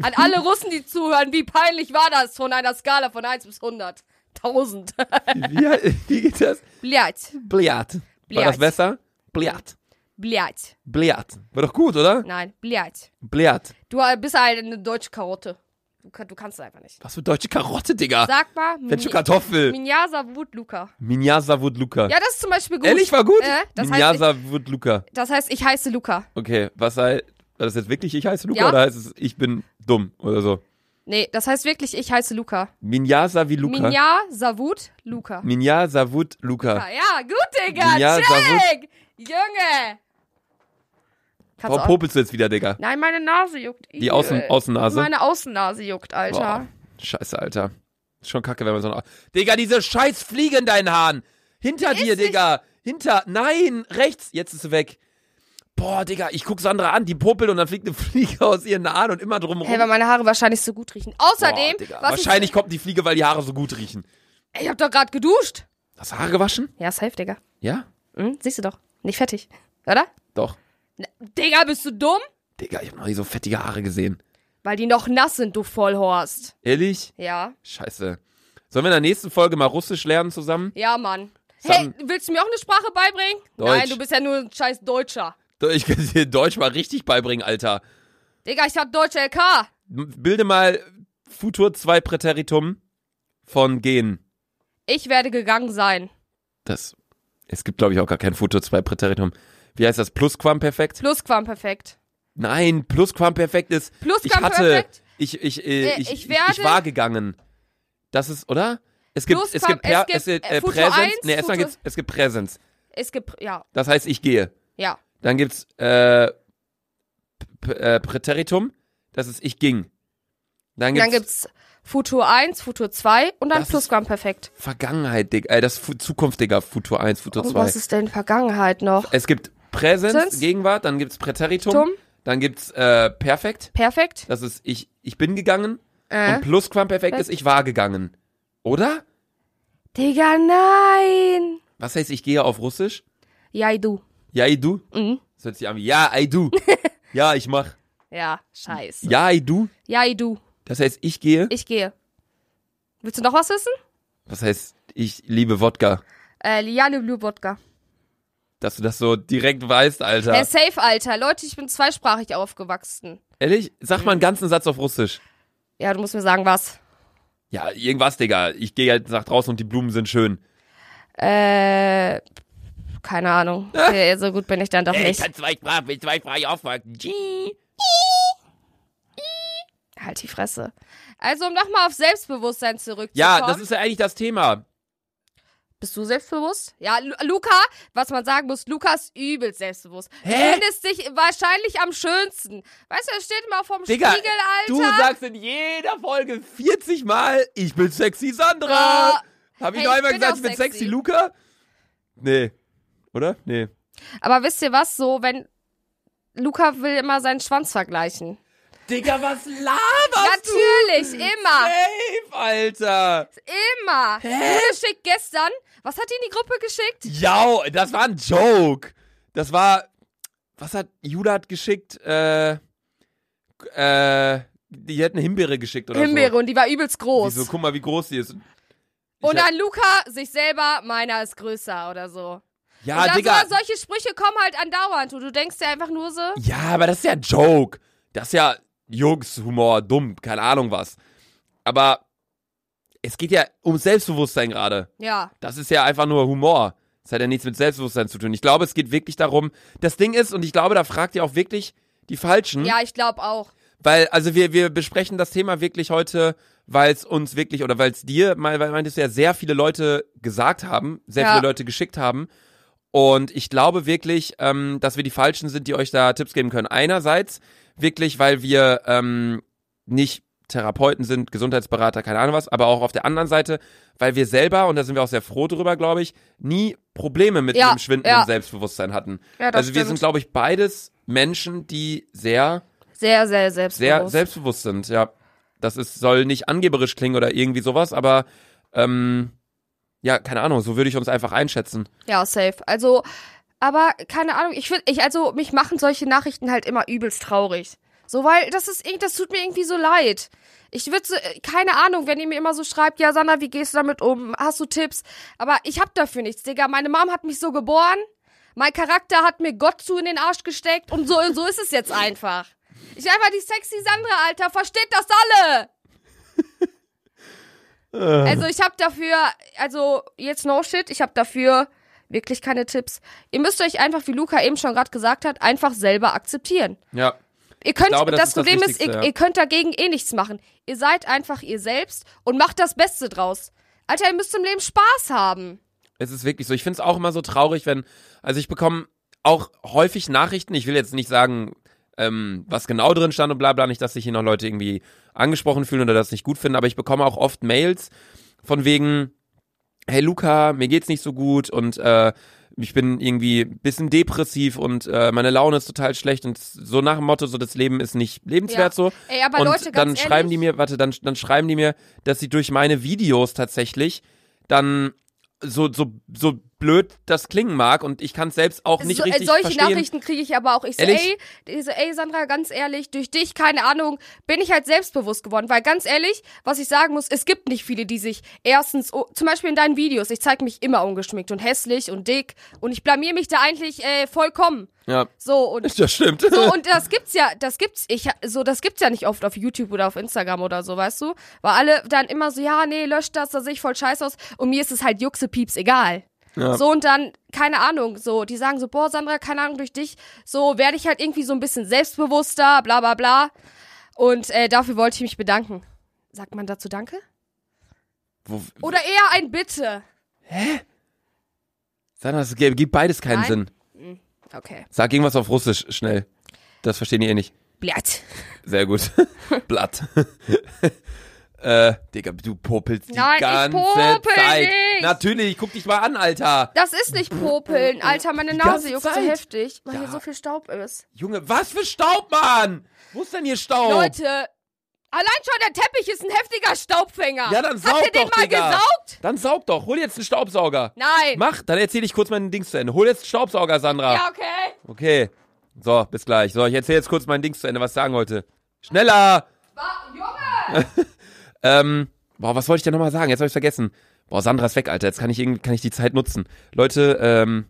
Speaker 2: An alle Russen, die zuhören, wie peinlich war das von einer Skala von 1 bis 100? 1000.
Speaker 1: [laughs] Wie, wie geht das?
Speaker 2: Blatt.
Speaker 1: Blatt. War
Speaker 2: Blatt.
Speaker 1: das besser? Blatt.
Speaker 2: Blatt.
Speaker 1: Blatt. War doch gut, oder?
Speaker 2: Nein, Blatt.
Speaker 1: Blatt.
Speaker 2: Du äh, bist halt eine deutsche Karotte. Du, kann- du kannst es einfach nicht.
Speaker 1: Was für deutsche Karotte, Digga.
Speaker 2: Sag mal,
Speaker 1: Wenn schon Kartoffel.
Speaker 2: Minyasa Wut Luca.
Speaker 1: Minyasa Wut Luca.
Speaker 2: Ja, das ist zum Beispiel gut.
Speaker 1: Ehrlich, war gut?
Speaker 2: Äh, das, heißt,
Speaker 1: Minyasa Wut Luca.
Speaker 2: ich, das heißt, ich heiße Luca.
Speaker 1: Okay, was sei. War das jetzt wirklich, ich heiße Luca
Speaker 2: Ja.
Speaker 1: oder heißt es, ich bin dumm oder so?
Speaker 2: Nee, das heißt wirklich, ich heiße Luca.
Speaker 1: Minja Saviluka. Luca.
Speaker 2: Minja Savut Luca.
Speaker 1: Minja Savut Luca.
Speaker 2: Ja, ja, gut, Digga.
Speaker 1: Minja
Speaker 2: check! Junge! Kannst
Speaker 1: Warum
Speaker 2: du auch.
Speaker 1: popelst du jetzt wieder, Digga?
Speaker 2: Nein, meine Nase juckt.
Speaker 1: Die Außen-
Speaker 2: Äh,
Speaker 1: Außennase?
Speaker 2: Meine Außennase juckt, Alter.
Speaker 1: Boah, scheiße, Alter. Ist schon kacke, wenn man so eine... Digga, diese scheiß Fliege in deinen Haaren. Hinter dir,
Speaker 2: nicht-
Speaker 1: Digga. Hinter... Nein, rechts. Jetzt ist sie weg. Boah, Digga, ich guck Sandra an, die popelt und dann fliegt eine [laughs] Fliege aus ihren Haaren und immer drum rum.
Speaker 2: Hey, weil meine Haare wahrscheinlich so gut riechen. Außerdem,
Speaker 1: Boah, Digga.
Speaker 2: was
Speaker 1: Wahrscheinlich kommt die Fliege, weil die Haare so gut riechen.
Speaker 2: ich, ich hab doch gerade geduscht.
Speaker 1: Hast du Haare gewaschen?
Speaker 2: Ja, safe, Digga.
Speaker 1: Ja?
Speaker 2: Hm? Siehst du doch. Nicht fertig. Oder?
Speaker 1: Doch.
Speaker 2: Na, Digga, bist du dumm?
Speaker 1: Digga, ich hab noch nie so fettige Haare gesehen.
Speaker 2: Weil die noch nass sind, du Vollhorst.
Speaker 1: Ehrlich?
Speaker 2: Ja.
Speaker 1: Scheiße. Sollen wir in der nächsten Folge mal Russisch lernen zusammen?
Speaker 2: Ja, Mann. Hey,
Speaker 1: Sam-
Speaker 2: willst du mir auch eine Sprache beibringen?
Speaker 1: Deutsch.
Speaker 2: Nein, du bist ja nur ein scheiß Deutscher.
Speaker 1: Ich kann dir Deutsch mal richtig beibringen, Alter.
Speaker 2: Digga, ich hab Deutsch LK.
Speaker 1: M- Bilde mal Futur 2 Präteritum von gehen.
Speaker 2: Ich werde gegangen sein.
Speaker 1: Das. Es gibt, glaube ich, auch gar kein Futur 2 Präteritum. Wie heißt das? Plusquamperfekt?
Speaker 2: Plusquamperfekt.
Speaker 1: Nein, Plusquamperfekt ist. Ich hatte.
Speaker 2: Plusquamperfekt.
Speaker 1: Ich, ich, äh,
Speaker 2: Äh,
Speaker 1: ich,
Speaker 2: ich
Speaker 1: ich,
Speaker 2: werde-
Speaker 1: ich war gegangen. Das ist, oder? Es gibt, es
Speaker 2: Plusquam-
Speaker 1: gibt, per,
Speaker 2: es gibt,
Speaker 1: es gibt
Speaker 2: äh,
Speaker 1: äh,
Speaker 2: Futur
Speaker 1: Präsens.
Speaker 2: eins,
Speaker 1: nee, erstmal
Speaker 2: Futur-
Speaker 1: gibt's, es gibt Präsens.
Speaker 2: Es gibt, ja,
Speaker 1: Das heißt, ich gehe.
Speaker 2: ja.
Speaker 1: Dann gibt's äh, p- äh, Präteritum. Das ist ich ging. Dann gibt's,
Speaker 2: Dann gibt's Futur 1, Futur 2 und dann
Speaker 1: Das ist-
Speaker 2: Plusquamperfekt.
Speaker 1: Vergangenheit, Digga. Äh, das Fu Zukunft, Digga. Futur 1, Futur Äh,
Speaker 2: Und
Speaker 1: 2.
Speaker 2: Oh, was ist denn Vergangenheit noch?
Speaker 1: Es gibt Präsens,
Speaker 2: Präsens.
Speaker 1: Gegenwart, dann gibt's Präteritum,
Speaker 2: Tum.
Speaker 1: dann gibt's äh, Perfekt.
Speaker 2: Perfekt?
Speaker 1: Das ist ich, ich bin gegangen.
Speaker 2: Äh.
Speaker 1: Und Plusquamperfekt ist ich war gegangen. Oder?
Speaker 2: Digga, nein.
Speaker 1: Was heißt ich gehe auf Russisch?
Speaker 2: Ja, du.
Speaker 1: Ja, ich du.
Speaker 2: Mhm.
Speaker 1: Das hört sich an wie ja, ich du. ja, ich mach.
Speaker 2: Ja, scheiße.
Speaker 1: Ja, ich du.
Speaker 2: Ja, du.
Speaker 1: Das heißt ich gehe.
Speaker 2: Ich gehe. Willst du noch was wissen?
Speaker 1: Das heißt ich liebe Wodka.
Speaker 2: Äh, Liane Blue Wodka.
Speaker 1: Dass du das so direkt weißt, Alter.
Speaker 2: Äh, safe, Alter. Leute, ich bin zweisprachig aufgewachsen.
Speaker 1: Ehrlich? Sag mal einen ganzen Satz auf Russisch.
Speaker 2: Ja, du musst mir sagen, was.
Speaker 1: Ja, irgendwas, Digga. Ich gehe halt nach draußen und die Blumen sind schön.
Speaker 2: Äh,
Speaker 1: [laughs]
Speaker 2: keine Ahnung. Äh, so gut bin ich dann doch
Speaker 1: Ey, ich
Speaker 2: nicht.
Speaker 1: kann zwei Sprachen, bin zweisprachig aufwachsen. Gee.
Speaker 2: Halt die Fresse. Also, um nochmal auf Selbstbewusstsein zurückzukommen.
Speaker 1: Ja, das ist ja eigentlich das Thema.
Speaker 2: Bist du selbstbewusst? Ja, Lu Luca, was man sagen muss, Luca ist übelst selbstbewusst. Du
Speaker 1: Hä?
Speaker 2: findest dich wahrscheinlich am schönsten. Weißt du, er steht immer vorm
Speaker 1: Digga,
Speaker 2: Spiegel, Alter.
Speaker 1: du sagst in jeder Folge 40 Mal, ich bin sexy Sandra. Hab ich noch
Speaker 2: Hey, ich
Speaker 1: einmal
Speaker 2: bin
Speaker 1: gesagt,
Speaker 2: auch
Speaker 1: ich bin
Speaker 2: sexy.
Speaker 1: sexy. Luca? Nee. Oder? Nee.
Speaker 2: Aber wisst ihr was, so, wenn... Luca will immer seinen Schwanz vergleichen.
Speaker 1: Digga, was laberst
Speaker 2: Natürlich, immer,
Speaker 1: Safe, Alter.
Speaker 2: immer. Hä? Geschickt gestern. Was hat die in die Gruppe geschickt?
Speaker 1: Ja, das war ein Joke. Das war, was hat, Judah hat geschickt, äh, äh, die hat eine Himbeere geschickt oder
Speaker 2: Himbeere
Speaker 1: so.
Speaker 2: und die war übelst groß.
Speaker 1: Die so, guck mal, wie groß die ist.
Speaker 2: und
Speaker 1: Ich hab-
Speaker 2: dann Luca, sich selber, meiner ist größer oder so.
Speaker 1: ja,
Speaker 2: und dann
Speaker 1: Ah, Digga. Mhm.
Speaker 2: So, solche Sprüche kommen halt andauernd und du denkst dir einfach nur so...
Speaker 1: Ja, aber das ist ja ein Joke. Das ist ja Jux-Humor, dumm, keine Ahnung was. Aber es geht ja um Selbstbewusstsein gerade.
Speaker 2: Ja,
Speaker 1: Das ist ja einfach nur Humor. Das hat ja nichts mit Selbstbewusstsein zu tun. Ich glaube, es geht wirklich darum, das Ding ist, und ich glaube, da fragt ihr auch wirklich die Falschen.
Speaker 2: ja, ich glaube auch.
Speaker 1: Weil, also wir, wir besprechen das Thema wirklich heute, weil es uns wirklich, oder weil es dir, mein- weil meintest du ja, sehr viele Leute gesagt haben, sehr
Speaker 2: Ja.
Speaker 1: viele Leute geschickt haben. Und ich glaube wirklich, ähm, dass wir die Falschen sind, die euch da Tipps geben können. Einerseits wirklich, weil wir ähm, nicht Therapeuten sind, Gesundheitsberater, keine Ahnung was, aber auch auf der anderen Seite, weil wir selber, und da sind wir auch sehr froh drüber, glaube ich, nie Probleme mit
Speaker 2: Ja,
Speaker 1: dem schwindenden
Speaker 2: ja.
Speaker 1: Selbstbewusstsein hatten.
Speaker 2: Ja, das
Speaker 1: also wir
Speaker 2: stimmt.
Speaker 1: sind, glaube ich, beides Menschen, die sehr
Speaker 2: Sehr, sehr selbstbewusst.
Speaker 1: sehr selbstbewusst sind, ja. Das ist, soll nicht angeberisch klingen oder irgendwie sowas, aber ähm, ja, keine Ahnung, so würde ich uns einfach einschätzen.
Speaker 2: ja, safe. Also, aber keine Ahnung, ich will, ich, also, mich machen solche Nachrichten halt immer übelst traurig. So, weil das ist, irgend- das tut mir irgendwie so leid. Ich würde so, äh, keine Ahnung, wenn ihr mir immer so schreibt, ja, Sandra, wie gehst du damit um? Hast du Tipps? Aber ich hab dafür nichts, Digga. Meine Mom hat mich so geboren. Mein Charakter hat mir Gott zu in den Arsch gesteckt. Und so, und so ist es jetzt einfach. Ich bin einfach die sexy Sandra, Alter. Versteht das alle? Also
Speaker 1: Äh.
Speaker 2: ich habe dafür, also jetzt no shit, ich habe dafür wirklich keine Tipps. Ihr müsst euch einfach, wie Luca eben schon gerade gesagt hat, einfach selber akzeptieren.
Speaker 1: Ja.
Speaker 2: Ihr könnt,
Speaker 1: glaube, das
Speaker 2: das,
Speaker 1: ist das
Speaker 2: Problem ist,
Speaker 1: Wichtigste,
Speaker 2: ihr,
Speaker 1: ja.
Speaker 2: ihr könnt dagegen eh nichts machen. Ihr seid einfach ihr selbst und macht das Beste draus. Alter, ihr müsst im Leben Spaß haben.
Speaker 1: Es ist wirklich so. Ich finde es auch immer so traurig, wenn, also ich bekomme auch häufig Nachrichten, ich will jetzt nicht sagen, ähm, was genau drin stand und bla bla, nicht, dass sich hier noch Leute irgendwie angesprochen fühlen oder das nicht gut finden, aber ich bekomme auch oft Mails von wegen, hey Luca, mir geht's nicht so gut und äh, ich bin irgendwie ein bisschen depressiv und äh, meine Laune ist total schlecht und so nach dem Motto, so das Leben ist nicht lebenswert so.
Speaker 2: Ey, aber
Speaker 1: und
Speaker 2: Leute, ganz
Speaker 1: dann
Speaker 2: ehrlich,
Speaker 1: schreiben die mir, warte, dann, dann schreiben die mir, dass sie durch meine Videos tatsächlich dann so, so, so blöd das klingen mag und ich kann es selbst auch nicht
Speaker 2: so, äh,
Speaker 1: richtig
Speaker 2: solche
Speaker 1: verstehen.
Speaker 2: Nachrichten kriege ich aber auch. Ich so,
Speaker 1: Ehrlich?
Speaker 2: ey, ich so, ey, Sandra, ganz ehrlich, durch dich, keine Ahnung, bin ich halt selbstbewusst geworden. Weil ganz ehrlich, was ich sagen muss, es gibt nicht viele, die sich erstens, oh, zum Beispiel in deinen Videos, ich zeige mich immer ungeschminkt und hässlich und dick und ich blamier mich da eigentlich äh, vollkommen.
Speaker 1: ja, [laughs]
Speaker 2: So und
Speaker 1: das stimmt.
Speaker 2: so und das gibt's ja, das gibt's ich so das gibt's ja nicht oft auf YouTube oder auf Instagram oder so, weißt du? Weil alle dann immer so, ja, nee, löscht das, da sehe ich voll scheiße aus und mir ist es halt Juxepieps egal.
Speaker 1: Ja.
Speaker 2: So und dann keine Ahnung, so die sagen so, boah, Sandra, keine Ahnung durch dich, so werde ich halt irgendwie so ein bisschen selbstbewusster, bla bla bla. Und äh, dafür wollte ich mich bedanken. Sagt man dazu Danke?
Speaker 1: Wo,
Speaker 2: Oder eher ein Bitte.
Speaker 1: Sandra, das gibt gibt beides keinen
Speaker 2: Nein.
Speaker 1: Sinn.
Speaker 2: Okay.
Speaker 1: Sag irgendwas auf Russisch schnell. Das verstehen die eh nicht.
Speaker 2: Blatt.
Speaker 1: Sehr gut. [laughs] Blatt. äh, Digga, du popelst die
Speaker 2: Nein, ich
Speaker 1: ganze
Speaker 2: popel
Speaker 1: Zeit.
Speaker 2: nicht.
Speaker 1: Natürlich, guck dich mal an, Alter.
Speaker 2: Das ist nicht Popeln, Alter, meine
Speaker 1: Die
Speaker 2: Nase
Speaker 1: ganze
Speaker 2: juckt so
Speaker 1: Zeit.
Speaker 2: heftig, weil
Speaker 1: Ja.
Speaker 2: hier so viel Staub ist.
Speaker 1: Junge, was für Staub, Mann? Wo ist denn hier Staub?
Speaker 2: Leute, allein schon der Teppich ist ein heftiger Staubfänger.
Speaker 1: Ja, dann saug
Speaker 2: Habt ihr den
Speaker 1: doch,
Speaker 2: mal
Speaker 1: Digga.
Speaker 2: gesaugt?
Speaker 1: Dann saug doch, hol jetzt einen Staubsauger.
Speaker 2: Nein.
Speaker 1: Mach, dann erzähl ich kurz mein Dings zu Ende. Hol jetzt einen Staubsauger, Sandra.
Speaker 2: ja, okay.
Speaker 1: Okay. So, bis gleich. So, ich erzähl jetzt kurz mein Dings zu Ende, was ich sagen wollte. Schneller!
Speaker 2: Wa- Ah, Junge!
Speaker 1: Ähm, boah, was wollte ich denn nochmal sagen? Jetzt habe ich vergessen. Boah, Sandra ist weg, Alter. Jetzt kann ich, irgendwie- kann ich die Zeit nutzen. Leute, ähm,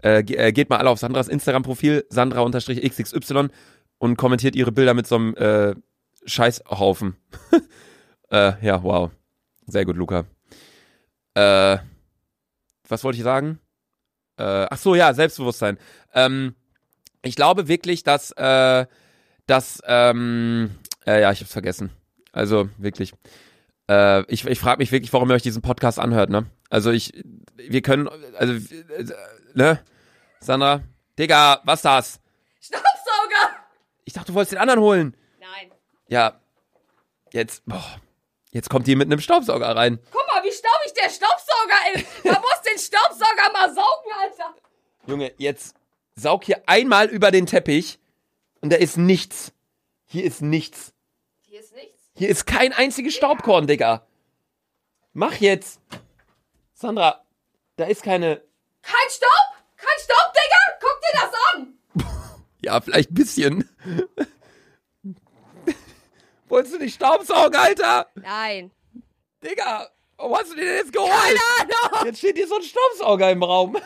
Speaker 1: äh, ge- äh, geht mal alle auf Sandras Instagram-Profil, sandra-xxy und kommentiert ihre Bilder mit so einem äh, Scheißhaufen. [laughs] äh, ja, wow. Sehr gut, Luca. Äh, was wollte ich sagen? Äh, ach so, ja, Selbstbewusstsein. Ähm, ich glaube wirklich, dass, äh, dass, ähm, äh, ja, ich hab's vergessen. Also wirklich. Äh, ich ich frage mich wirklich, warum ihr euch diesen Podcast anhört, ne? Also ich, wir können, also, äh, ne? Sandra, Digga, was das?
Speaker 2: Staubsauger!
Speaker 1: Ich dachte, du wolltest den anderen holen.
Speaker 2: Nein.
Speaker 1: Ja, jetzt, boah, jetzt kommt die mit einem Staubsauger rein.
Speaker 2: Guck mal, wie staubig der Staubsauger ist. Man muss den Staubsauger mal saugen, Alter.
Speaker 1: Junge, jetzt saug hier einmal über den Teppich und da ist nichts. Hier ist nichts.
Speaker 2: Hier ist nichts.
Speaker 1: Hier ist kein einziges Staubkorn, Digga. Mach jetzt. Sandra, da ist keine,
Speaker 2: Kein Staub? Kein Staub, Digga? Guck dir das an!
Speaker 1: Ja, vielleicht ein bisschen. [laughs] Wolltest du nicht Staubsaugen, Alter?
Speaker 2: Nein.
Speaker 1: Digga, wo hast du den denn jetzt geholt? Keine Ahnung. Jetzt steht hier so ein Staubsauger im Raum.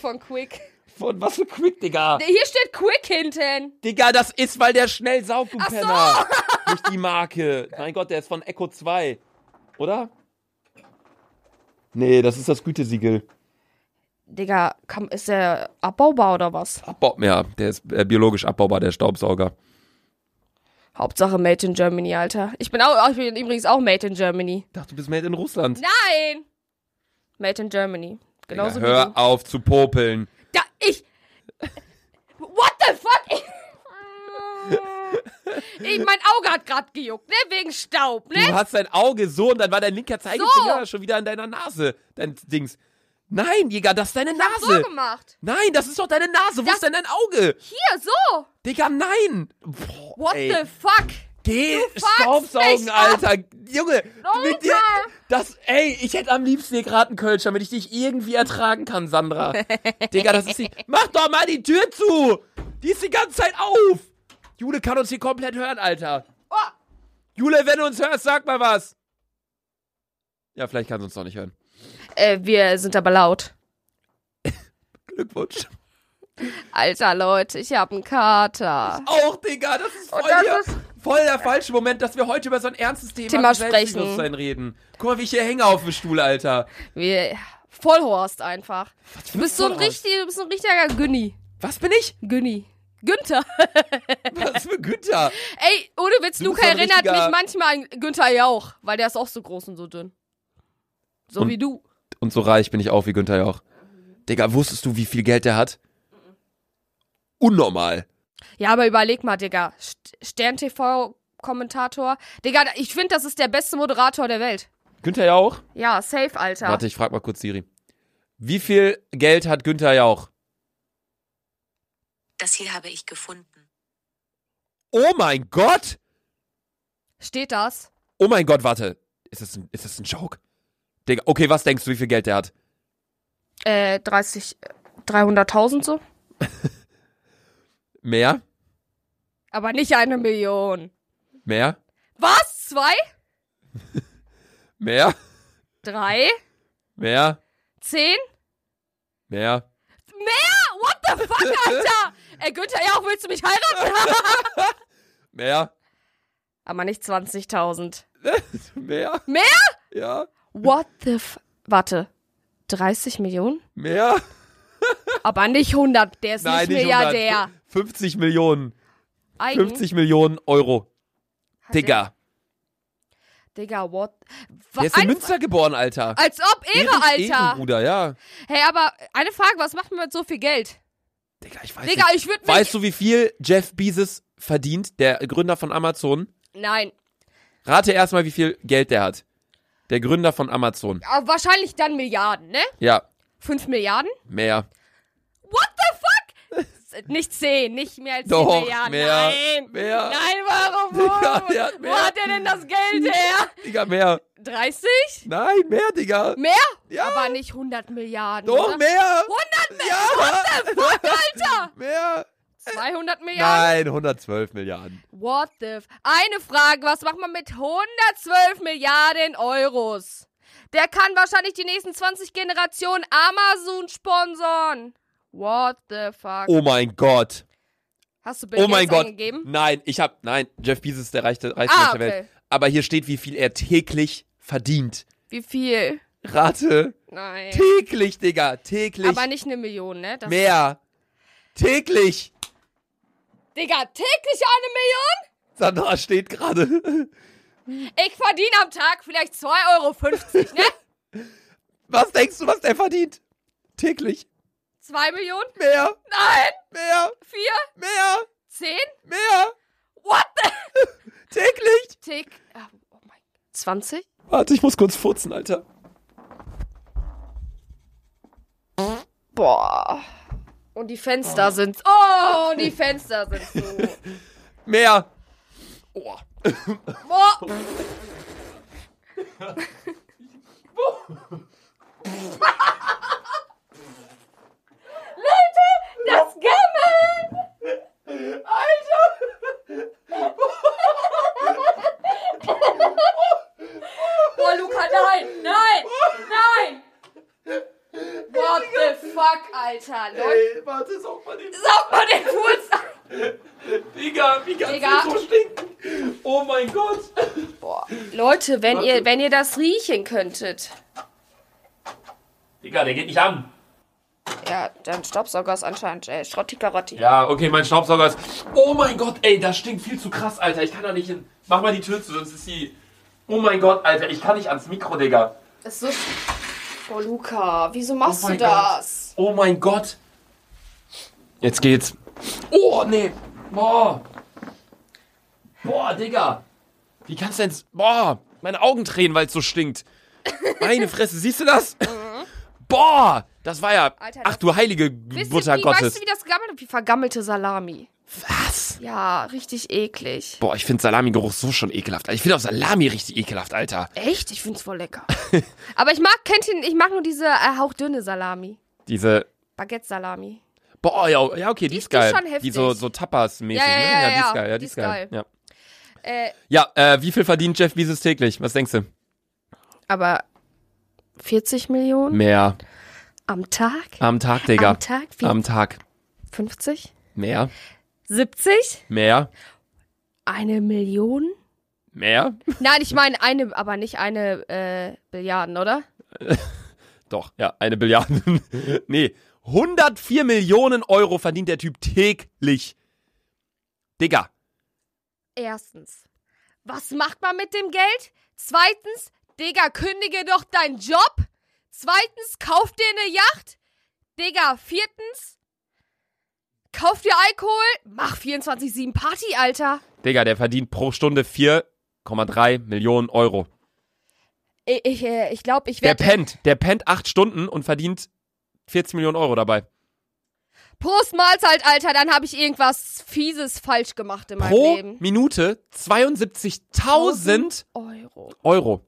Speaker 2: Von Quick.
Speaker 1: Von was für Quick, Digga.
Speaker 2: Hier steht Quick hinten.
Speaker 1: Digga, das ist, weil der schnell saugt, du
Speaker 2: Ach so.
Speaker 1: Penner. Nicht die Marke. Mein Gott, der ist von Echo 2. Oder? Nee, das ist das Gütesiegel.
Speaker 2: Digga, komm, ist der abbaubar oder was?
Speaker 1: Abbau ja, der ist äh, biologisch abbaubar, der Staubsauger.
Speaker 2: Hauptsache Made in Germany, Alter. Ich bin, auch, ich bin übrigens auch Made in Germany.
Speaker 1: Ich dachte, du bist made in Russland.
Speaker 2: Nein! Made in Germany. Genauso
Speaker 1: Digga, hör
Speaker 2: wie du.
Speaker 1: auf zu popeln.
Speaker 2: Da, ich. What the fuck? Ich, mein Auge hat grad gejuckt, ne? Wegen Staub,
Speaker 1: Du
Speaker 2: ne?
Speaker 1: hast dein Auge so und dann war dein linker Zeigefinger
Speaker 2: So.
Speaker 1: schon wieder an deiner Nase. Dein Dings. Nein, Jäger, das ist deine
Speaker 2: Hab so
Speaker 1: Nase.
Speaker 2: gemacht.
Speaker 1: nein, das ist doch deine Nase. Wo
Speaker 2: Das-
Speaker 1: ist denn dein Auge?
Speaker 2: Hier, so.
Speaker 1: Digga, nein. Boah,
Speaker 2: What
Speaker 1: ey.
Speaker 2: the fuck?
Speaker 1: Geh
Speaker 2: fuckst
Speaker 1: Staubsaugen,
Speaker 2: mich ab.
Speaker 1: Alter. Junge,
Speaker 2: Leute.
Speaker 1: mit dir. Das, ey, ich hätte am liebsten hier gerade einen Kölsch, damit ich dich irgendwie ertragen kann,
Speaker 2: [laughs]
Speaker 1: Sandra. Digga, das ist nicht. Mach doch mal die Tür zu! Die ist die ganze Zeit auf! Jule kann uns hier komplett hören, Alter.
Speaker 2: Oh,
Speaker 1: Jule, wenn du uns hörst, sag mal was. Ja, vielleicht kann sie uns doch nicht hören.
Speaker 2: äh, wir sind aber laut.
Speaker 1: Glückwunsch.
Speaker 2: Alter, Leute, ich hab einen Kater.
Speaker 1: Auch, Digga, das ist voll,
Speaker 2: Und Oh, das
Speaker 1: hier,
Speaker 2: ist-
Speaker 1: voll der falsche Moment, dass wir heute über so ein ernstes Thema,
Speaker 2: Thema
Speaker 1: wie Selbstbewusstsein reden. Guck mal, wie ich hier hänge auf dem Stuhl, Alter.
Speaker 2: Wir. Vollhorst einfach.
Speaker 1: Was für
Speaker 2: Du bist so ein,
Speaker 1: Vollhorst.
Speaker 2: richtig, du bist so ein richtiger Günni.
Speaker 1: Was bin ich?
Speaker 2: Günni. Günther.
Speaker 1: Was für Günther?
Speaker 2: [laughs] Ey, ohne Witz,
Speaker 1: Du bist so
Speaker 2: Luca
Speaker 1: ein
Speaker 2: erinnert
Speaker 1: richtiger-
Speaker 2: mich manchmal an Günther Jauch, weil der ist auch so groß und so dünn. So
Speaker 1: Und-
Speaker 2: wie du.
Speaker 1: Und so reich bin ich auch wie Günther Jauch. Digga, wusstest du, wie viel Geld der hat? Unnormal.
Speaker 2: Ja, aber überleg mal, Digga. St- Stern TV-Kommentator. Digga, ich finde, das ist der beste Moderator der Welt.
Speaker 1: Günther Jauch?
Speaker 2: Ja, safe, Alter.
Speaker 1: Warte, ich frag mal kurz Siri. Wie viel Geld hat Günther Jauch?
Speaker 3: Das hier habe ich gefunden.
Speaker 1: Oh mein Gott!
Speaker 2: Steht das?
Speaker 1: Oh mein Gott, warte. Ist das ein, ist das ein Joke? Digga, okay, was denkst du, wie viel Geld der hat?
Speaker 2: Äh, 30, äh, 300.000 so?
Speaker 1: Mehr?
Speaker 2: Aber nicht eine Million.
Speaker 1: Mehr?
Speaker 2: Was? Zwei?
Speaker 1: Mehr?
Speaker 2: Drei?
Speaker 1: Mehr?
Speaker 2: Zehn?
Speaker 1: Mehr?
Speaker 2: Ah, what
Speaker 1: [laughs]
Speaker 2: the fuck, Alter? Ey, Günther Jauch, willst du mich heiraten?
Speaker 1: Mehr?
Speaker 2: aber nicht 20.000.
Speaker 1: Mehr?
Speaker 2: Mehr?
Speaker 1: Ja?
Speaker 2: What the f... Warte. 30 Millionen?
Speaker 1: Mehr?
Speaker 2: Aber nicht 100. Der ist
Speaker 1: Nein,
Speaker 2: nicht
Speaker 1: nicht 100.
Speaker 2: Milliardär.
Speaker 1: 50 Millionen.
Speaker 2: Eigen-
Speaker 1: 50 Millionen Euro.
Speaker 2: Hat der-
Speaker 1: Digga.
Speaker 2: Digga, what? Wa-
Speaker 1: Der ist in
Speaker 2: ein-
Speaker 1: Münster geboren, Alter.
Speaker 2: Als ob Ehre,
Speaker 1: Ehre-
Speaker 2: Alter.
Speaker 1: Ehrenbruder, ja.
Speaker 2: Hey, aber eine Frage, was macht man mit so viel Geld?
Speaker 1: Digga, ich weiß
Speaker 2: Digga,
Speaker 1: nicht.
Speaker 2: ich würde mich...
Speaker 1: Weißt du, wie viel Jeff Bezos verdient, der Gründer von Amazon?
Speaker 2: Nein.
Speaker 1: Rate erstmal, wie viel Geld der hat. Der Gründer von Amazon.
Speaker 2: Aber wahrscheinlich dann Milliarden, ne?
Speaker 1: Ja,
Speaker 2: 5 Milliarden?
Speaker 1: mehr.
Speaker 2: What the fuck? Nicht 10, nicht mehr als 10
Speaker 1: Doch,
Speaker 2: Milliarden.
Speaker 1: mehr,
Speaker 2: Nein.
Speaker 1: mehr.
Speaker 2: Nein,
Speaker 1: [laughs]
Speaker 2: warum?
Speaker 1: Digga, der hat
Speaker 2: Wo
Speaker 1: mehr.
Speaker 2: hat der denn das Geld her?
Speaker 1: Digga, mehr.
Speaker 2: 30?
Speaker 1: Nein, mehr, Digga.
Speaker 2: Mehr?
Speaker 1: Ja.
Speaker 2: Aber nicht 100 Milliarden.
Speaker 1: Doch,
Speaker 2: oder?
Speaker 1: mehr.
Speaker 2: 100 Milliarden,
Speaker 1: Ja,
Speaker 2: Alter!
Speaker 1: [laughs] mehr.
Speaker 2: 200 Milliarden?
Speaker 1: Nein, 112 Milliarden.
Speaker 2: What the f Eine Frage, was macht man mit 112 Milliarden Euros? Der kann wahrscheinlich die nächsten 20 Generationen Amazon sponsoren. What the fuck?
Speaker 1: Oh mein Gott.
Speaker 2: Hast du Bill
Speaker 1: oh mein
Speaker 2: Gates
Speaker 1: Gott.
Speaker 2: angegeben?
Speaker 1: Nein, ich hab, nein, Jeff Bezos ist der reichste, reichste
Speaker 2: Ah,
Speaker 1: Mensch der
Speaker 2: okay.
Speaker 1: Welt. Aber hier steht, wie viel er täglich verdient.
Speaker 2: Wie viel?
Speaker 1: Rate.
Speaker 2: Nein.
Speaker 1: Täglich, Digga, täglich.
Speaker 2: Aber nicht eine Million, ne? Das
Speaker 1: mehr. Täglich.
Speaker 2: Digga, täglich eine
Speaker 1: Sandra steht gerade. [laughs]
Speaker 2: Million? Ich verdiene am Tag vielleicht 2,50 Euro,
Speaker 1: [laughs]
Speaker 2: ne?
Speaker 1: Was denkst du, was der verdient? Täglich.
Speaker 2: 2 Millionen?
Speaker 1: Mehr,
Speaker 2: Nein!
Speaker 1: mehr,
Speaker 2: 4?
Speaker 1: mehr,
Speaker 2: 10?
Speaker 1: mehr.
Speaker 2: What the?
Speaker 1: Täglich.
Speaker 2: Tick. Ah, Oh mein. 20?
Speaker 1: Warte, ich muss kurz furzen, Alter.
Speaker 2: Boah. Und die Fenster sind. Oh, und die Fenster sind so.
Speaker 1: Mehr. Oh.
Speaker 2: Boah. Leute, das Gammeln! Alter! Boah, Luca, nein! Nein! Nein! What the fuck, Alter? Leute,
Speaker 1: Ey, warte, sag mal den
Speaker 2: saug mal den Fuß an!
Speaker 1: Digga, wie kannst
Speaker 2: Digga.
Speaker 1: du so stinken? Oh mein Gott.
Speaker 2: Boah, Leute, wenn ihr, wenn ihr das riechen könntet.
Speaker 1: Digga, der geht nicht an.
Speaker 2: Ja, dein Staubsauger ist anscheinend äh, Schrotti Karotti.
Speaker 1: Ja, okay, mein Staubsauger ist. Oh mein Gott, ey, das stinkt viel zu krass, Alter. Ich kann da nicht hin. Mach mal die Tür zu, sonst ist die. Oh mein Gott, Alter, ich kann nicht ans Mikro, Digga.
Speaker 2: Das ist so... Oh, Luca, wieso machst
Speaker 1: Oh
Speaker 2: du
Speaker 1: mein
Speaker 2: das?
Speaker 1: Oh mein Gott. Jetzt geht's. Oh, nee. Boah. Boah, Digga. Wie kannst du denn. Boah, meine Augen tränen, weil es so stinkt. Meine Fresse, siehst du das? Boah, das war ja.
Speaker 2: Mhm. Alter,
Speaker 1: Ach
Speaker 2: das-
Speaker 1: du heilige
Speaker 2: Wisst ihr,
Speaker 1: Mutter
Speaker 2: wie,
Speaker 1: Gottes.
Speaker 2: Weißt du, wie das gegammelt hat? Wie vergammelte Salami.
Speaker 1: Was?
Speaker 2: Ja, richtig eklig.
Speaker 1: Boah, ich finde Salami-Geruch so schon ekelhaft. Ich finde auch Salami richtig ekelhaft, Alter.
Speaker 2: Echt? Ich find's
Speaker 1: [laughs]
Speaker 2: voll lecker. Aber ich mag, kennt ihr, ich mag nur diese äh, hauchdünne Salami.
Speaker 1: Diese.
Speaker 2: Baguette-Salami.
Speaker 1: Boah, ja, ja okay, die,
Speaker 2: Die-
Speaker 1: ist
Speaker 2: die ist
Speaker 1: geil.
Speaker 2: schon heftig.
Speaker 1: Die so, so Tapas-mäßig,
Speaker 2: Ja, ja,
Speaker 1: ne?
Speaker 2: ja,
Speaker 1: die ist
Speaker 2: ja.
Speaker 1: geil. Ja, die, ist geil.
Speaker 2: Äh,
Speaker 1: Ja, ja äh, wie viel verdient Jeff Bezos täglich? Was denkst du?
Speaker 2: aber 40 Millionen
Speaker 1: Mehr.
Speaker 2: am Tag?
Speaker 1: Am Tag, Digga.
Speaker 2: Am Tag? Wie-
Speaker 1: Am Tag.
Speaker 2: 50?
Speaker 1: Mehr.
Speaker 2: 70?
Speaker 1: Mehr.
Speaker 2: Eine Million?
Speaker 1: Mehr.
Speaker 2: Nein, ich meine eine, aber nicht eine äh, Billiarden, oder?
Speaker 1: Doch, ja, eine [laughs] Billiarde. nee. 104 Millionen Euro verdient der Typ täglich. Digga,
Speaker 2: Erstens, was macht man mit dem Geld? Zweitens, Digga, kündige doch deinen Job. Zweitens, kauf dir eine Yacht. Digga, viertens, kauf dir Alkohol. Mach 24-7 Party, Alter.
Speaker 1: Digga, der verdient pro Stunde 4,3 Millionen Euro.
Speaker 2: Ich, ich, äh, ich glaube, ich
Speaker 1: Der
Speaker 2: werde...
Speaker 1: pennt, der pennt acht Stunden und verdient 40 Millionen Euro dabei.
Speaker 2: Prost Mahlzeit, Alter, dann habe ich irgendwas Fieses falsch gemacht in meinem
Speaker 1: Pro
Speaker 2: Leben.
Speaker 1: Minute 72.000
Speaker 2: Euro.
Speaker 1: Euro.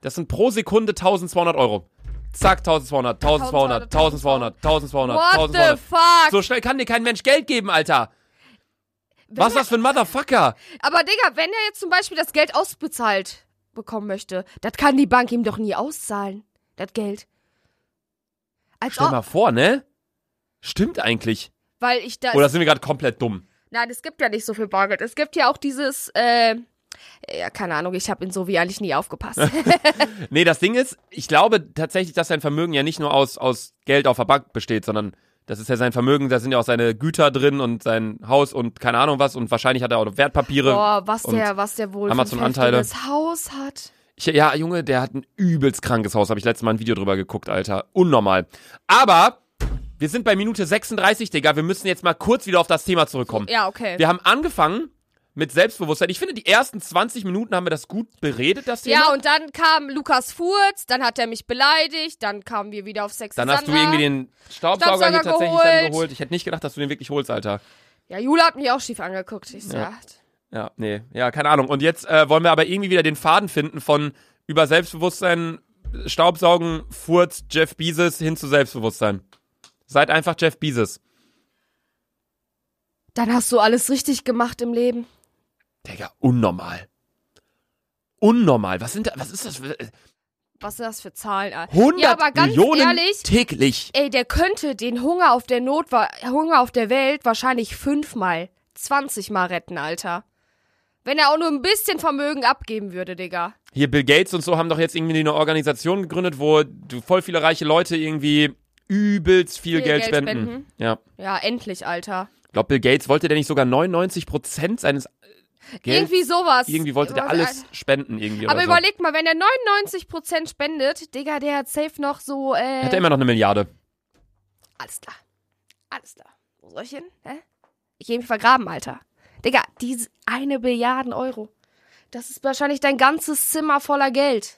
Speaker 1: Das sind pro Sekunde 1200 Euro. Zack, 1200, 1200, 1200, 1200,
Speaker 2: What the
Speaker 1: 1200.
Speaker 2: fuck?
Speaker 1: So schnell kann dir kein Mensch Geld geben, Alter. Was ist das für ein Motherfucker?
Speaker 2: Aber Digga, wenn er jetzt zum Beispiel das Geld ausbezahlt bekommen möchte, das kann die Bank ihm doch nie auszahlen, das Geld. Als
Speaker 1: Stell
Speaker 2: ob,
Speaker 1: mal vor, ne? Stimmt eigentlich.
Speaker 2: weil ich da.
Speaker 1: Oder sind wir gerade komplett dumm?
Speaker 2: Nein, es gibt ja nicht so viel Bargeld. Es gibt ja auch dieses, äh, ja, keine Ahnung, ich habe in so wie eigentlich nie
Speaker 1: [laughs]
Speaker 2: aufgepasst.
Speaker 1: Nee, das Ding ist, ich glaube tatsächlich, dass sein Vermögen ja nicht nur aus, aus Geld auf der Bank besteht, sondern das ist ja sein Vermögen, da sind ja auch seine Güter drin und sein Haus und keine Ahnung was und wahrscheinlich hat er auch noch Wertpapiere.
Speaker 2: Boah, was
Speaker 1: Und
Speaker 2: der, was der wohl für ein
Speaker 1: Amazon-Anteile.
Speaker 2: heftiges Haus hat.
Speaker 1: Ich, ja, Junge, der hat ein übelst krankes Haus, habe ich letztes Mal ein Video drüber geguckt, Alter. Unnormal. Aber wir sind bei Minute 36, Digga, wir müssen jetzt mal kurz wieder auf das Thema zurückkommen.
Speaker 2: Ja, okay.
Speaker 1: Wir haben angefangen mit Selbstbewusstsein. Ich finde, die ersten 20 Minuten haben wir das gut beredet, das Thema.
Speaker 2: Ja, und dann kam Lukas Furz, dann hat er mich beleidigt, dann kamen wir wieder auf Sex.
Speaker 1: Dann
Speaker 2: und
Speaker 1: hast du
Speaker 2: Sandra.
Speaker 1: irgendwie den Staubsauger, hier
Speaker 2: Staubsauger
Speaker 1: tatsächlich dann
Speaker 2: geholt.
Speaker 1: geholt. Ich hätte nicht gedacht, dass du den wirklich holst, Alter.
Speaker 2: Ja, Jule hat mich auch schief angeguckt. Ich
Speaker 1: Ja.
Speaker 2: sag,
Speaker 1: Ja, nee, ja, keine Ahnung. Und jetzt äh, wollen wir aber irgendwie wieder den Faden finden von über Selbstbewusstsein, Staubsaugen, Furz, Jeff Bezos hin zu Selbstbewusstsein. Seid einfach Jeff Bezos.
Speaker 2: dann hast du alles richtig gemacht im Leben.
Speaker 1: Digga, unnormal. Unnormal. Was sind da, was ist das? für-
Speaker 2: Was sind das für Zahlen? Alter?
Speaker 1: 100
Speaker 2: ja, aber ganz
Speaker 1: Millionen
Speaker 2: ehrlich,
Speaker 1: täglich.
Speaker 2: ey, der könnte den Hunger auf der Not, wa- Hunger auf der Welt wahrscheinlich fünfmal, 20 Mal retten, Alter. Wenn er auch nur ein bisschen Vermögen abgeben würde, Digga.
Speaker 1: Hier Bill Gates und so haben doch jetzt irgendwie eine Organisation gegründet, wo du- voll viele reiche Leute irgendwie übelst viel,
Speaker 2: Viel
Speaker 1: Geld,
Speaker 2: Geld
Speaker 1: spenden.
Speaker 2: spenden.
Speaker 1: Ja.
Speaker 2: Ja, endlich, Alter.
Speaker 1: Ich glaube, Bill Gates wollte der nicht sogar 99% seines äh, Gelds
Speaker 2: Irgendwie sowas.
Speaker 1: Irgendwie wollte der
Speaker 2: Was-
Speaker 1: alles spenden irgendwie
Speaker 2: Aber
Speaker 1: oder so.
Speaker 2: überleg mal, wenn er 99% spendet, Digga, der hat safe noch so, äh.
Speaker 1: Hat er immer noch eine Milliarde.
Speaker 2: Alles klar. Alles klar. Wo soll ich hin? Hä? Ich geh mich vergraben, Alter. Digga, diese eine Billiarden Euro. Das ist wahrscheinlich dein ganzes Zimmer voller Geld.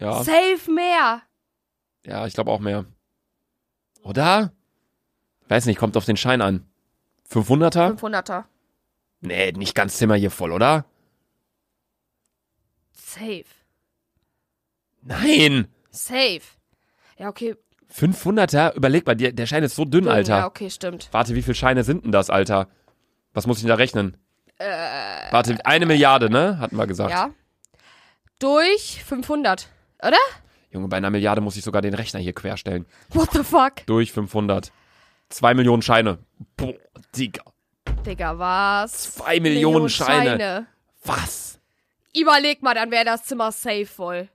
Speaker 1: Ja,
Speaker 2: Safe mehr.
Speaker 1: ja ich glaube auch mehr. Oder? Weiß nicht, kommt auf den Schein an. 500er?
Speaker 2: 500er.
Speaker 1: Nee, nicht ganz Zimmer hier voll, oder?
Speaker 2: Safe.
Speaker 1: Nein!
Speaker 2: Safe. Ja, okay.
Speaker 1: 500er? Überleg mal, der, der Schein ist so dünn, Alter.
Speaker 2: Ja, okay, stimmt.
Speaker 1: Warte, wie viele Scheine sind denn das, Alter? Was muss ich denn da rechnen? Warte, eine Milliarde, ne? Hatten wir gesagt.
Speaker 2: Äh. Ja. Durch 500. Oder?
Speaker 1: Junge, bei einer Milliarde muss ich sogar den Rechner hier querstellen.
Speaker 2: [laughs] What the fuck?
Speaker 1: Durch 500. Zwei Millionen Scheine. Boah, Digga.
Speaker 2: Digga, was?
Speaker 1: Zwei Millionen Scheine. Was?
Speaker 2: Überleg mal, dann wäre das Zimmer
Speaker 1: [laughs]
Speaker 2: safe voll.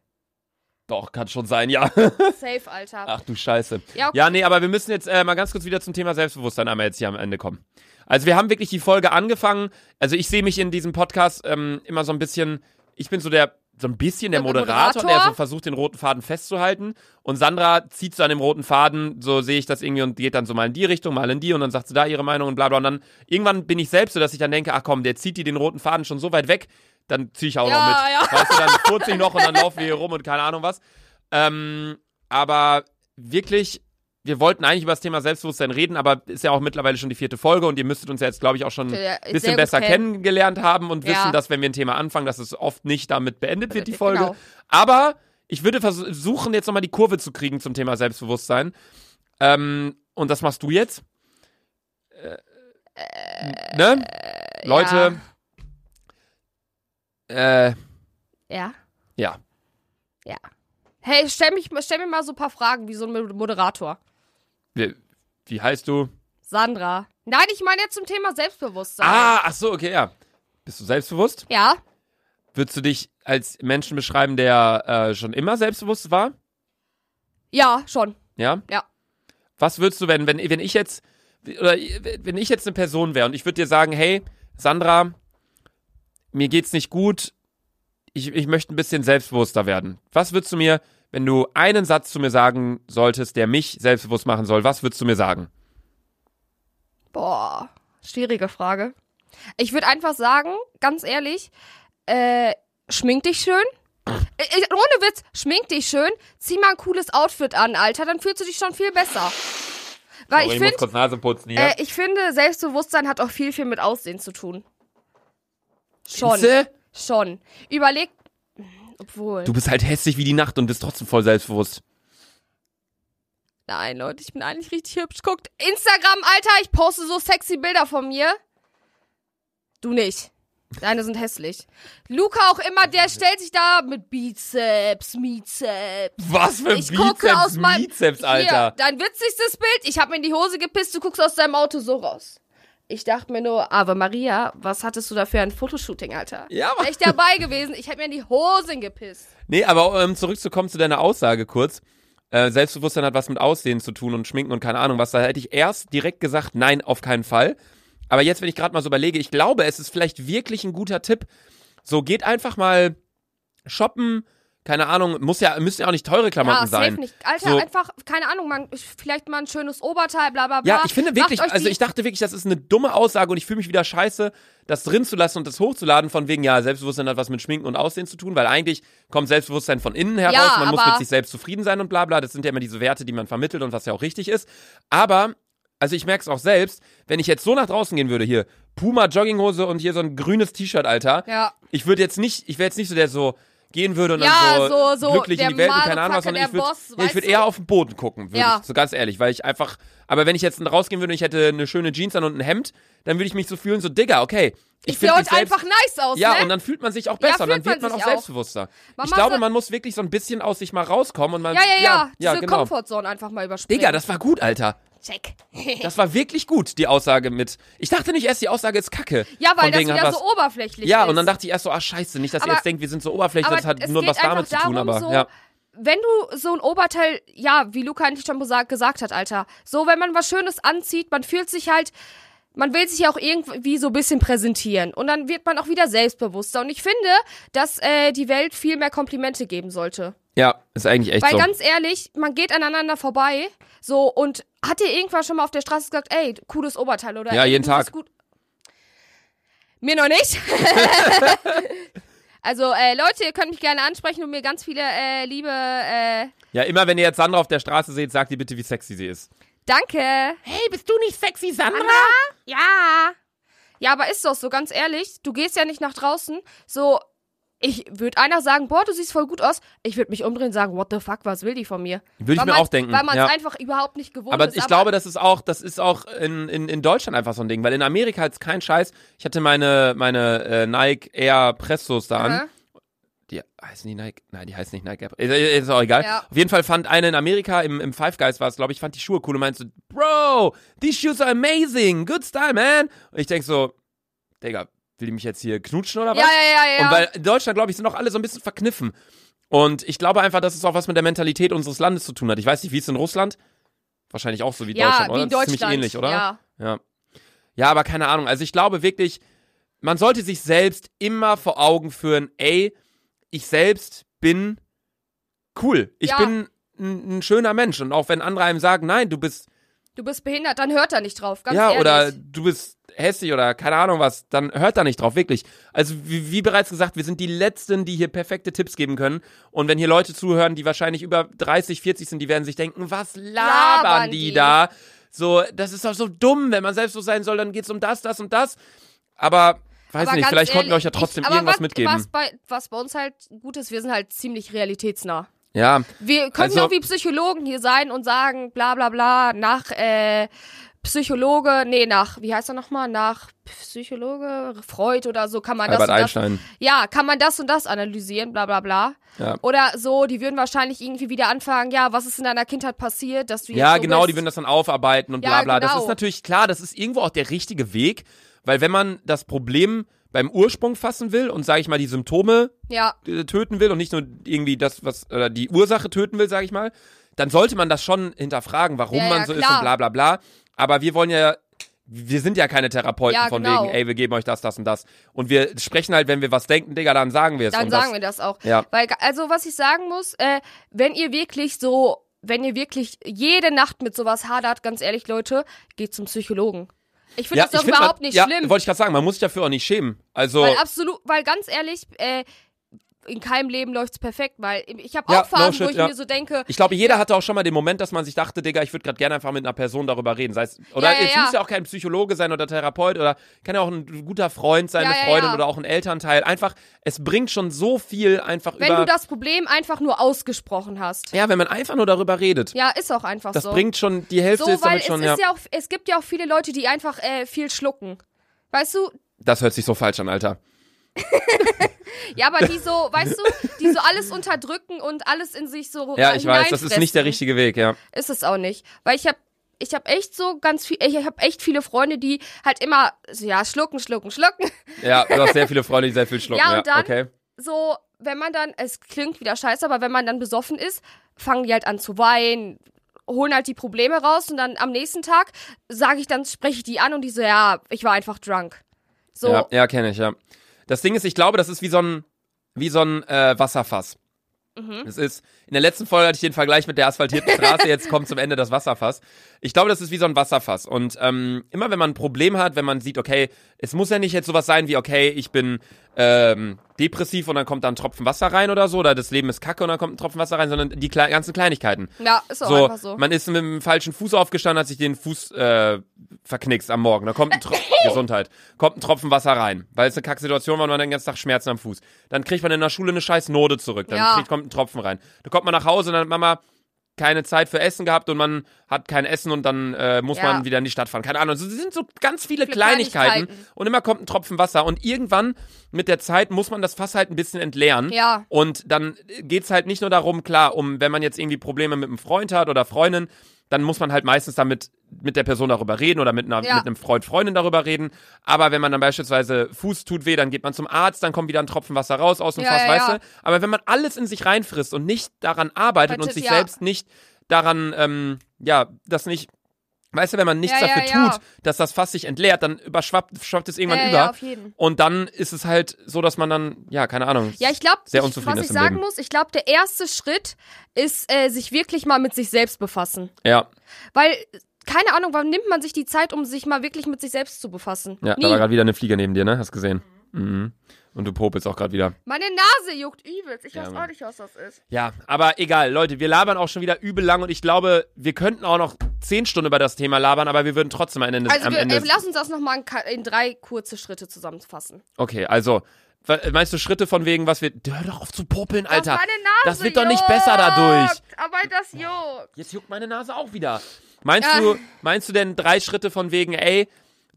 Speaker 1: Doch, kann schon sein, ja.
Speaker 2: Safe, Alter.
Speaker 1: Ach du Scheiße.
Speaker 2: Ja,
Speaker 1: Ja,
Speaker 2: okay.
Speaker 1: nee, aber wir müssen jetzt äh, mal ganz kurz wieder zum Thema Selbstbewusstsein einmal jetzt hier am Ende kommen. Also wir haben wirklich die Folge angefangen. Also ich sehe mich in diesem Podcast ähm, immer so ein bisschen, ich bin so der so ein bisschen der
Speaker 2: So der
Speaker 1: Moderator, der
Speaker 2: Moderator.
Speaker 1: so versucht, den roten Faden festzuhalten. Und Sandra zieht so an dem roten Faden, so sehe ich das irgendwie und geht dann so mal in die Richtung, mal in die und dann sagt sie da ihre Meinung und bla bla. Und dann irgendwann bin ich selbst so, dass ich dann denke, ach komm, der zieht die den roten Faden schon so weit weg, dann ziehe ich auch noch
Speaker 2: Ja,
Speaker 1: mit. Weißt du, dann furze ich noch und dann laufen wir hier rum und keine Ahnung was. Ähm, aber wirklich, wir wollten eigentlich über das Thema Selbstbewusstsein reden, aber ist ja auch mittlerweile schon die vierte Folge und ihr müsstet uns ja jetzt, glaube ich, auch schon ein
Speaker 2: Sehr- sehr
Speaker 1: bisschen
Speaker 2: gut
Speaker 1: besser
Speaker 2: kennen.
Speaker 1: kennengelernt haben und
Speaker 2: Ja.
Speaker 1: wissen, dass wenn wir ein Thema anfangen, dass es oft nicht damit beendet wird, die
Speaker 2: Genau.
Speaker 1: Folge. Aber ich würde versuchen, jetzt nochmal die Kurve zu kriegen zum Thema Selbstbewusstsein. Ähm, und das machst du jetzt. Äh, ne? Leute. Äh,
Speaker 2: Ja.
Speaker 1: ja.
Speaker 2: Hey, stell, mich, stell mir mal so ein paar Fragen wie so ein Mo- Moderator.
Speaker 1: Wie, wie heißt du?
Speaker 2: Sandra. Nein, ich meine jetzt zum Thema Selbstbewusstsein.
Speaker 1: Ah, ach so, okay, ja. Bist du selbstbewusst?
Speaker 2: Ja,
Speaker 1: Würdest du dich als Menschen beschreiben, der äh, schon immer selbstbewusst war?
Speaker 2: ja, schon.
Speaker 1: Ja?
Speaker 2: Ja.
Speaker 1: Was würdest du, wenn, wenn, wenn ich jetzt, oder wenn ich jetzt eine Person wäre und ich würde dir sagen, hey, Sandra, mir geht's nicht gut. Ich, ich möchte ein bisschen selbstbewusster werden. Was würdest du mir, wenn du einen Satz zu mir sagen solltest, der mich selbstbewusst machen soll, was würdest du mir sagen?
Speaker 2: Boah, schwierige Frage. Ich würde einfach sagen, ganz ehrlich, äh, schmink dich schön. Ich, ich- ohne Witz, schmink dich schön, zieh mal ein cooles Outfit an, Alter, dann fühlst du dich schon viel besser. Weil ich finde,
Speaker 1: kurz Nase putzen hier.
Speaker 2: äh, ich finde, Selbstbewusstsein hat auch viel, viel mit Aussehen zu tun. Schon.
Speaker 1: Findste?
Speaker 2: Schon. Überleg. hm, Obwohl.
Speaker 1: Du bist halt hässlich wie die Nacht und bist trotzdem voll selbstbewusst.
Speaker 2: Nein, Leute, ich bin eigentlich richtig hübsch. Guckt Instagram, Alter, ich poste so sexy Bilder von mir. Du nicht. Deine sind hässlich. Luca auch immer, der stellt sich da mit Bizeps, Mizeps.
Speaker 1: Was für ein
Speaker 2: Ich
Speaker 1: Bizeps,
Speaker 2: gucke aus meinem
Speaker 1: Bizeps,
Speaker 2: Hier,
Speaker 1: Alter.
Speaker 2: dein witzigstes Bild. Ich hab mir in die Hose gepisst, du guckst aus deinem Auto so raus. Ich dachte mir nur, Ave Maria, was hattest du da für ein Fotoshooting, Alter?
Speaker 1: Ja, Mann.
Speaker 2: Wär ich dabei gewesen, ich hätte mir in die Hosen gepisst.
Speaker 1: Nee, aber um zurückzukommen zu deiner Aussage kurz. Äh, Selbstbewusstsein hat was mit Aussehen zu tun und Schminken und keine Ahnung was. Da hätte ich erst direkt gesagt, nein, auf keinen Fall. Aber jetzt, wenn ich gerade mal so überlege, ich glaube, es ist vielleicht wirklich ein guter Tipp. So geht einfach mal shoppen. Keine Ahnung, muss ja, müssen ja auch nicht teure Klamotten
Speaker 2: Ja,
Speaker 1: sein.
Speaker 2: safe nicht. Alter,
Speaker 1: So.
Speaker 2: einfach, keine Ahnung, man, vielleicht mal ein schönes Oberteil, bla bla bla.
Speaker 1: Ja, ich finde wirklich,
Speaker 2: Macht euch
Speaker 1: also
Speaker 2: die-
Speaker 1: ich dachte wirklich, das ist eine dumme Aussage und ich fühle mich wieder scheiße, das drin zu lassen und das hochzuladen von wegen, ja, Selbstbewusstsein hat was mit Schminken und Aussehen zu tun, weil eigentlich kommt Selbstbewusstsein von innen heraus,
Speaker 2: Ja,
Speaker 1: man muss
Speaker 2: aber-
Speaker 1: mit sich selbst zufrieden sein und bla bla, das sind ja immer diese Werte, die man vermittelt und was ja auch richtig ist, aber, also ich merke es auch selbst, wenn ich jetzt so nach draußen gehen würde, hier, Puma Jogginghose und hier so ein grünes T-Shirt, Alter,
Speaker 2: Ja.
Speaker 1: ich würde jetzt nicht, ich wäre jetzt nicht so der so gehen würde und
Speaker 2: Ja,
Speaker 1: dann so,
Speaker 2: so- so
Speaker 1: glücklich in
Speaker 2: der
Speaker 1: die Welt und keine Ahnung
Speaker 2: Motherfucker,
Speaker 1: was, sondern ich
Speaker 2: der
Speaker 1: würde
Speaker 2: Boss,
Speaker 1: ja, ich
Speaker 2: weißt
Speaker 1: würd
Speaker 2: du?
Speaker 1: eher auf den Boden gucken, würde
Speaker 2: Ja.
Speaker 1: ich, so ganz ehrlich, weil ich einfach, aber wenn ich jetzt rausgehen würde und ich hätte eine schöne Jeans an und ein Hemd, dann würde ich mich so fühlen, so Digga, okay, ich,
Speaker 2: Ich sehe
Speaker 1: finde mich
Speaker 2: heute
Speaker 1: selbst,
Speaker 2: einfach nice aus,
Speaker 1: ja,
Speaker 2: ne?
Speaker 1: und dann fühlt man sich auch
Speaker 2: Ja,
Speaker 1: besser und dann
Speaker 2: fühlt
Speaker 1: wird
Speaker 2: man
Speaker 1: man auch
Speaker 2: sich auch.
Speaker 1: selbstbewusster.
Speaker 2: Man
Speaker 1: ich
Speaker 2: macht
Speaker 1: glaube,
Speaker 2: so-
Speaker 1: man muss wirklich so ein bisschen aus sich mal rauskommen und man,
Speaker 2: ja, ja, ja,
Speaker 1: ja,
Speaker 2: Diese
Speaker 1: genau.
Speaker 2: Komfortzone einfach mal überspringen.
Speaker 1: Digga, das war gut, Alter.
Speaker 2: Check.
Speaker 1: Das war wirklich gut, die Aussage mit. Ich dachte nicht erst, die Aussage ist kacke.
Speaker 2: [laughs] ja, weil
Speaker 1: Von
Speaker 2: das
Speaker 1: wegen hat
Speaker 2: wieder
Speaker 1: was-
Speaker 2: so oberflächlich
Speaker 1: Ja,
Speaker 2: ist.
Speaker 1: und dann dachte ich erst so, ach scheiße, nicht, dass ihr
Speaker 2: Aber-
Speaker 1: jetzt denkt, wir sind so oberflächlich,
Speaker 2: aber
Speaker 1: das hat
Speaker 2: es
Speaker 1: nur
Speaker 2: geht
Speaker 1: was damit zu
Speaker 2: einfach
Speaker 1: tun,
Speaker 2: darum,
Speaker 1: aber
Speaker 2: so,
Speaker 1: ja.
Speaker 2: Wenn du so ein Oberteil, ja, wie Luca eigentlich schon besa- gesagt hat, Alter, so wenn man was Schönes anzieht, man fühlt sich halt, man will sich ja auch irgendwie so ein bisschen präsentieren und dann wird man auch wieder selbstbewusster. Und ich finde, dass äh, die Welt viel mehr Komplimente geben sollte.
Speaker 1: Ja, ist eigentlich echt
Speaker 2: Weil
Speaker 1: so.
Speaker 2: ganz ehrlich, man geht aneinander vorbei, so und hat dir irgendwann schon mal auf der Straße gesagt, ey, cooles Oberteil oder
Speaker 1: Ja,
Speaker 2: ey,
Speaker 1: jeden
Speaker 2: du bist
Speaker 1: Tag.
Speaker 2: Gut. Mir noch nicht. [laughs] also äh, Leute, ihr könnt mich gerne ansprechen und mir ganz viele äh, liebe äh,
Speaker 1: Ja, immer wenn ihr jetzt Sandra auf der Straße seht, sagt ihr bitte, wie sexy sie ist.
Speaker 2: Danke.
Speaker 1: Hey, bist du nicht sexy, Sandra?
Speaker 2: Ja. Ja, aber ist doch so, ganz ehrlich, du gehst ja nicht nach draußen, so ich würde einer sagen, boah, du siehst voll gut aus. Ich würde mich umdrehen und sagen, what the fuck, was will die von mir?
Speaker 1: Würde ich
Speaker 2: Weil
Speaker 1: mir
Speaker 2: man's-
Speaker 1: auch denken.
Speaker 2: Weil man es
Speaker 1: ja.
Speaker 2: einfach überhaupt nicht gewohnt
Speaker 1: aber
Speaker 2: ist.
Speaker 1: ich glaube, das ist auch, das ist auch in, in, in Deutschland einfach so ein Ding, weil in Amerika ist kein Scheiß. Ich hatte meine, meine äh, Nike Air Pressos da an.
Speaker 2: Aha.
Speaker 1: Die heißen die Nike? Nein, die heißen nicht Nike Air Pressos. Ist, ist auch egal.
Speaker 2: Ja.
Speaker 1: Auf jeden Fall fand eine in Amerika, im, im Five Guys war es, glaube ich, fand die Schuhe cool und meinte so, Bro, these shoes are amazing. Good style, man. Und ich denk so, Digga, will die mich jetzt hier knutschen oder was?
Speaker 2: Ja, ja, ja, ja.
Speaker 1: Und weil in Deutschland, glaube ich, sind auch alle so ein bisschen verkniffen. Und ich glaube einfach, dass es auch was mit der Mentalität unseres Landes zu tun hat. Ich weiß nicht, wie es in Russland. Wahrscheinlich auch so wie
Speaker 2: ja,
Speaker 1: Deutschland,
Speaker 2: wie
Speaker 1: oder?
Speaker 2: in
Speaker 1: Das ist
Speaker 2: Deutschland.
Speaker 1: Ziemlich ähnlich, oder?
Speaker 2: Ja.
Speaker 1: ja. Ja, aber keine Ahnung. Also ich glaube wirklich, man sollte sich selbst immer vor Augen führen, ey, ich selbst bin cool. Ich
Speaker 2: Ja.
Speaker 1: bin ein, ein schöner Mensch. Und auch wenn andere einem sagen, nein, du bist
Speaker 2: Du bist behindert, dann hört er nicht drauf, ganz
Speaker 1: ja,
Speaker 2: ehrlich.
Speaker 1: oder du bist hässlich oder keine Ahnung was, dann hört da nicht drauf, wirklich. Also, wie, wie bereits gesagt, wir sind die Letzten, die hier perfekte Tipps geben können. Und wenn hier Leute zuhören, die wahrscheinlich über 30, 40 sind, die werden sich denken, was labern,
Speaker 2: Labern
Speaker 1: die,
Speaker 2: die?
Speaker 1: da? So, das ist doch so dumm, wenn man selbst so sein soll, dann geht's um das, das und das. Aber, weiß
Speaker 2: Aber
Speaker 1: nicht,
Speaker 2: ganz
Speaker 1: vielleicht konnten wir euch
Speaker 2: ehrlich,
Speaker 1: ja trotzdem
Speaker 2: ich, aber
Speaker 1: irgendwas
Speaker 2: was,
Speaker 1: mitgeben.
Speaker 2: Was bei, was bei uns halt gut ist, wir sind halt ziemlich realitätsnah.
Speaker 1: Ja,
Speaker 2: Wir können
Speaker 1: Also-
Speaker 2: auch wie Psychologen hier sein und sagen, bla bla bla, nach äh, Psychologe, nee, nach, wie heißt er nochmal? Nach Psychologe, Freud oder so kann man
Speaker 1: Albert
Speaker 2: das. Und das
Speaker 1: Einstein.
Speaker 2: ja, kann man das und das analysieren, bla bla bla.
Speaker 1: Ja.
Speaker 2: Oder so, die würden wahrscheinlich irgendwie wieder anfangen, ja, was ist in deiner Kindheit passiert, dass du jetzt
Speaker 1: Ja,
Speaker 2: so
Speaker 1: genau,
Speaker 2: bist.
Speaker 1: die würden das dann aufarbeiten und bla
Speaker 2: Ja,
Speaker 1: bla. Das
Speaker 2: genau.
Speaker 1: ist natürlich klar, das ist irgendwo auch der richtige Weg, weil wenn man das Problem beim Ursprung fassen will und, sage ich mal, die Symptome
Speaker 2: Ja.
Speaker 1: äh, töten will und nicht nur irgendwie das, was, oder die Ursache töten will, sage ich mal, dann sollte man das schon hinterfragen, warum
Speaker 2: Ja, ja,
Speaker 1: man so ist
Speaker 2: klar.
Speaker 1: und bla bla bla. Aber wir wollen ja wir sind ja keine Therapeuten
Speaker 2: Ja,
Speaker 1: von
Speaker 2: genau.
Speaker 1: wegen, ey, wir geben euch das, das und das. Und wir sprechen halt, wenn wir was denken, Digga, dann sagen wir es.
Speaker 2: Dann
Speaker 1: und
Speaker 2: sagen
Speaker 1: das,
Speaker 2: wir das auch.
Speaker 1: Ja.
Speaker 2: Weil, also was ich sagen muss, äh, wenn ihr wirklich so, wenn ihr wirklich jede Nacht mit sowas hadert, ganz ehrlich, Leute, geht zum Psychologen. Ich finde
Speaker 1: ja,
Speaker 2: das doch
Speaker 1: ich find,
Speaker 2: überhaupt
Speaker 1: man,
Speaker 2: nicht
Speaker 1: ja,
Speaker 2: schlimm.
Speaker 1: Wollte ich gerade sagen, man muss sich dafür auch nicht schämen. Also,
Speaker 2: Weil absolut, weil ganz ehrlich, äh, in keinem Leben läuft's perfekt, weil ich habe auch
Speaker 1: Ja, no
Speaker 2: Phasen,
Speaker 1: shit,
Speaker 2: wo ich
Speaker 1: ja.
Speaker 2: mir so denke,
Speaker 1: ich glaube, jeder hatte auch schon mal den Moment, dass man sich dachte, Digga, ich würde gerade gerne einfach mit einer Person darüber reden. Sei es, oder
Speaker 2: Ja, ja,
Speaker 1: es
Speaker 2: ja.
Speaker 1: muss ja auch kein Psychologe sein oder Therapeut oder kann ja auch ein guter Freund sein,
Speaker 2: Ja,
Speaker 1: eine
Speaker 2: ja,
Speaker 1: Freundin
Speaker 2: ja.
Speaker 1: oder auch ein Elternteil. Einfach, es bringt schon so viel einfach
Speaker 2: wenn
Speaker 1: über.
Speaker 2: du das Problem einfach nur ausgesprochen hast.
Speaker 1: ja, wenn man einfach nur darüber redet.
Speaker 2: Ja, ist auch einfach
Speaker 1: Das
Speaker 2: so.
Speaker 1: bringt schon, die Hälfte
Speaker 2: so,
Speaker 1: ist
Speaker 2: weil
Speaker 1: damit
Speaker 2: es
Speaker 1: schon,
Speaker 2: ist
Speaker 1: ja.
Speaker 2: ja auch, es gibt ja auch viele Leute, die einfach äh, viel schlucken. Weißt du,
Speaker 1: Das hört sich so falsch an, Alter.
Speaker 2: Ja, aber die so, weißt du, die so alles unterdrücken und alles in sich so. äh,
Speaker 1: Ja, ich weiß, das ist nicht der
Speaker 2: hineinfressen.
Speaker 1: richtige Weg, ja.
Speaker 2: Ist es auch nicht. Weil ich hab, ich hab echt so ganz viel, ich hab echt viele Freunde, die halt immer, so, ja, schlucken, schlucken, schlucken.
Speaker 1: Ja, du hast sehr viele Freunde, die sehr viel schlucken.
Speaker 2: Ja, und dann-
Speaker 1: okay.
Speaker 2: So, wenn man dann, es klingt wieder scheiße, aber wenn man dann besoffen ist, fangen die halt an zu weinen, holen halt die Probleme raus und dann am nächsten Tag sage ich dann, spreche ich die an und die so, ja, ich war einfach drunk. So,
Speaker 1: Ja, ja kenne ich, ja. Das Ding ist, ich glaube, das ist wie so ein, wie so ein äh, Wasserfass. Es ist, in der letzten Folge hatte ich den Vergleich mit der asphaltierten Straße, jetzt kommt zum Ende das Wasserfass. Ich glaube, das ist wie so ein Wasserfass. Und ähm, immer wenn man ein Problem hat, wenn man sieht, okay, es muss ja nicht jetzt sowas sein wie, okay, ich bin ähm, depressiv und dann kommt da ein Tropfen Wasser rein oder so, oder das Leben ist kacke und dann kommt ein Tropfen Wasser rein, sondern die kle ganzen Kleinigkeiten.
Speaker 2: ja ist auch
Speaker 1: So,
Speaker 2: einfach so.
Speaker 1: man ist mit dem falschen Fuß aufgestanden, hat sich den Fuß äh, verknickst am Morgen. Da kommt
Speaker 2: [laughs]
Speaker 1: ein Tropfen Gesundheit, kommt ein Tropfen Wasser rein, weil es eine Kacksituation war und man den ganzen Tag Schmerzen am Fuß. Dann kriegt man in der Schule eine scheiß Note zurück, dann
Speaker 2: Ja.
Speaker 1: kriegt, kommt ein Tropfen rein. Da kommt man nach Hause und dann hat Mama keine Zeit für Essen gehabt und man hat kein Essen und dann äh, muss
Speaker 2: Ja.
Speaker 1: man wieder in die Stadt fahren. Keine Ahnung. Also, Es sind so ganz viele
Speaker 2: Viele
Speaker 1: Kleinigkeiten,
Speaker 2: Kleinigkeiten.
Speaker 1: und immer kommt ein Tropfen Wasser und irgendwann mit der Zeit muss man das Fass halt ein bisschen entleeren.
Speaker 2: Ja.
Speaker 1: Und dann geht's halt nicht nur darum, klar, um wenn man jetzt irgendwie Probleme mit einem Freund hat oder Freundin, dann muss man halt meistens damit mit der Person darüber reden oder mit, einer,
Speaker 2: Ja.
Speaker 1: mit einem Freund, Freundin darüber reden. Aber wenn man dann beispielsweise Fuß tut weh, dann geht man zum Arzt, dann kommt wieder ein Tropfen Wasser raus aus dem
Speaker 2: Ja,
Speaker 1: Fass,
Speaker 2: ja,
Speaker 1: weißt
Speaker 2: ja.
Speaker 1: du? Aber wenn man alles in sich reinfrisst und nicht daran arbeitet und
Speaker 2: Warte,
Speaker 1: sich
Speaker 2: ja.
Speaker 1: selbst nicht daran, ähm, ja, das nicht, weißt du, wenn man nichts
Speaker 2: Ja, ja,
Speaker 1: dafür
Speaker 2: ja.
Speaker 1: tut, dass das Fass sich entleert, dann überschwappt schwappt es irgendwann
Speaker 2: ja,
Speaker 1: über.
Speaker 2: ja, auf jeden.
Speaker 1: Und dann ist es halt so, dass man dann, ja, keine Ahnung.
Speaker 2: Ja, ich glaube,
Speaker 1: sehr unzufrieden
Speaker 2: was
Speaker 1: ist
Speaker 2: ich
Speaker 1: im
Speaker 2: sagen
Speaker 1: Leben.
Speaker 2: muss, ich glaube, der erste Schritt ist, äh, sich wirklich mal mit sich selbst befassen.
Speaker 1: Ja,
Speaker 2: Weil, keine Ahnung, wann nimmt man sich die Zeit, um sich mal wirklich mit sich selbst zu befassen?
Speaker 1: ja da war
Speaker 2: Nie.
Speaker 1: gerade wieder eine Fliege neben dir, ne? Hast gesehen. Mhm. Und du popelst auch gerade wieder.
Speaker 2: Meine Nase juckt übelst. Ich
Speaker 1: Ja,
Speaker 2: weiß auch
Speaker 1: Mann.
Speaker 2: nicht, was das ist.
Speaker 1: Ja, aber egal, Leute, wir labern auch schon wieder übel lang und ich glaube, wir könnten auch noch zehn Stunden über das Thema labern, aber wir würden trotzdem am Ende.
Speaker 2: Also,
Speaker 1: am
Speaker 2: wir,
Speaker 1: Ende
Speaker 2: äh, lass uns das nochmal in, ka- in drei kurze Schritte zusammenfassen.
Speaker 1: okay, also, wa- meinst du Schritte von wegen, was wir. Hör doch auf zu popeln, Alter.
Speaker 2: Dass meine Nase
Speaker 1: das wird doch nicht
Speaker 2: juckt,
Speaker 1: besser dadurch.
Speaker 2: Aber das juckt.
Speaker 1: Jetzt juckt meine Nase auch wieder. Meinst,
Speaker 2: Ja.
Speaker 1: du, meinst du denn drei Schritte von wegen, ey,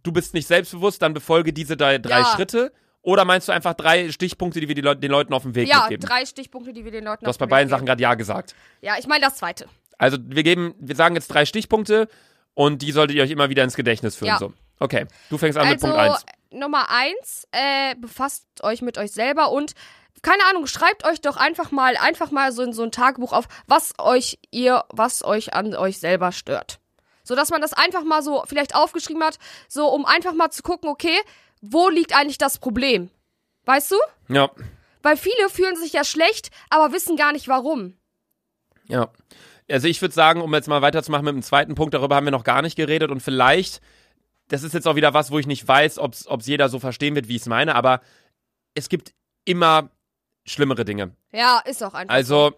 Speaker 1: du bist nicht selbstbewusst, dann befolge diese drei, drei
Speaker 2: Ja.
Speaker 1: Schritte? Oder meinst du einfach drei Stichpunkte, die wir die Leut- den Leuten auf den Weg
Speaker 2: Ja,
Speaker 1: mitgeben?
Speaker 2: drei Stichpunkte, die wir den Leuten
Speaker 1: du hast bei
Speaker 2: auf den
Speaker 1: beiden
Speaker 2: Weg
Speaker 1: Sachen
Speaker 2: geben.
Speaker 1: gerade Ja gesagt.
Speaker 2: Ja, ich meine das zweite.
Speaker 1: Also wir geben, wir sagen jetzt drei Stichpunkte und die solltet ihr euch immer wieder ins Gedächtnis führen.
Speaker 2: Ja.
Speaker 1: So. Okay, du fängst an mit
Speaker 2: also,
Speaker 1: Punkt 1.
Speaker 2: Nummer eins, äh, befasst euch mit euch selber und keine Ahnung, schreibt euch doch einfach mal, einfach mal so in so ein Tagebuch auf, was euch ihr, was euch an euch selber stört. So dass man das einfach mal so vielleicht aufgeschrieben hat, so um einfach mal zu gucken, okay, wo liegt eigentlich das Problem? Weißt du?
Speaker 1: Ja,
Speaker 2: Weil viele fühlen sich ja schlecht, aber wissen gar nicht warum.
Speaker 1: ja. Also ich würde sagen, um jetzt mal weiterzumachen mit dem zweiten Punkt, darüber haben wir noch gar nicht geredet und vielleicht das ist jetzt auch wieder was, wo ich nicht weiß, ob es jeder so verstehen wird, wie ich es meine, aber es gibt immer schlimmere Dinge.
Speaker 2: Ja, ist auch einfach.
Speaker 1: Also,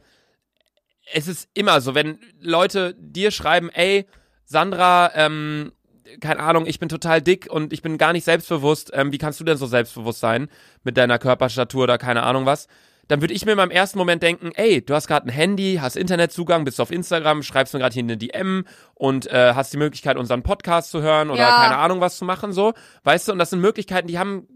Speaker 1: es ist immer so, wenn Leute dir schreiben, ey, Sandra, ähm, keine Ahnung, ich bin total dick und ich bin gar nicht selbstbewusst. Ähm, wie kannst du denn so selbstbewusst sein mit deiner Körperstatur oder keine Ahnung was? Dann würde ich mir in meinem ersten Moment denken, ey, du hast gerade ein Handy, hast Internetzugang, bist auf Instagram, schreibst mir gerade hier eine DM und äh, hast die Möglichkeit, unseren Podcast zu hören oder
Speaker 2: Ja.
Speaker 1: keine Ahnung was zu machen, so. Weißt du, und das sind Möglichkeiten, die haben,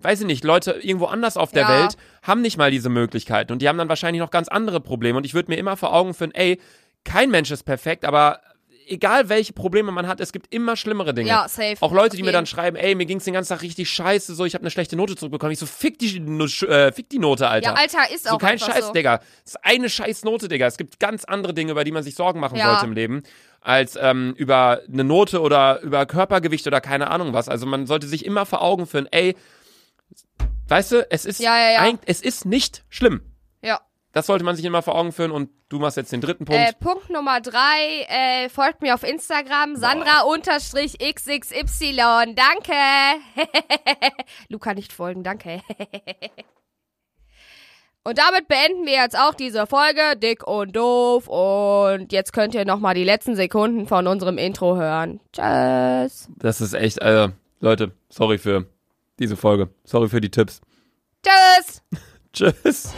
Speaker 1: weiß ich nicht, Leute irgendwo anders auf der
Speaker 2: Ja.
Speaker 1: Welt haben nicht mal diese Möglichkeiten und die haben dann wahrscheinlich noch ganz andere Probleme. Und ich würde mir immer vor Augen führen, ey, kein Mensch ist perfekt, aber egal welche Probleme man hat, es gibt immer schlimmere Dinge.
Speaker 2: Ja, safe.
Speaker 1: Auch Leute,
Speaker 2: Auf
Speaker 1: die mir
Speaker 2: jeden.
Speaker 1: dann schreiben, ey, mir ging's den ganzen Tag richtig scheiße, so ich habe eine schlechte Note zurückbekommen. Ich so fick die Nu- Sch- äh, fick die Note, Alter.
Speaker 2: ja, Alter, ist
Speaker 1: so
Speaker 2: auch
Speaker 1: kein
Speaker 2: einfach
Speaker 1: Scheiß,
Speaker 2: so.
Speaker 1: Digga. Das ist eine scheiß Note, Digga. Es gibt ganz andere Dinge, über die man sich Sorgen machen
Speaker 2: Ja.
Speaker 1: sollte im Leben. als ähm, über eine Note oder über Körpergewicht oder keine Ahnung was. Also man sollte sich immer vor Augen führen, ey, weißt du, es ist,
Speaker 2: Ja, ja, ja.
Speaker 1: eig- es ist nicht schlimm.
Speaker 2: Ja.
Speaker 1: Das sollte man sich immer vor Augen führen und du machst jetzt den dritten Punkt.
Speaker 2: Äh, Punkt Nummer drei, äh, folgt mir auf Instagram, Sandra-XXY, danke. [laughs] Luca nicht folgen, danke. [laughs] und damit beenden wir jetzt auch diese Folge, dick und doof. Und jetzt könnt ihr nochmal die letzten Sekunden von unserem Intro hören. Tschüss.
Speaker 1: Das ist echt, also, Leute, sorry für diese Folge. Sorry für die Tipps.
Speaker 2: Tschüss.
Speaker 1: Tschüss.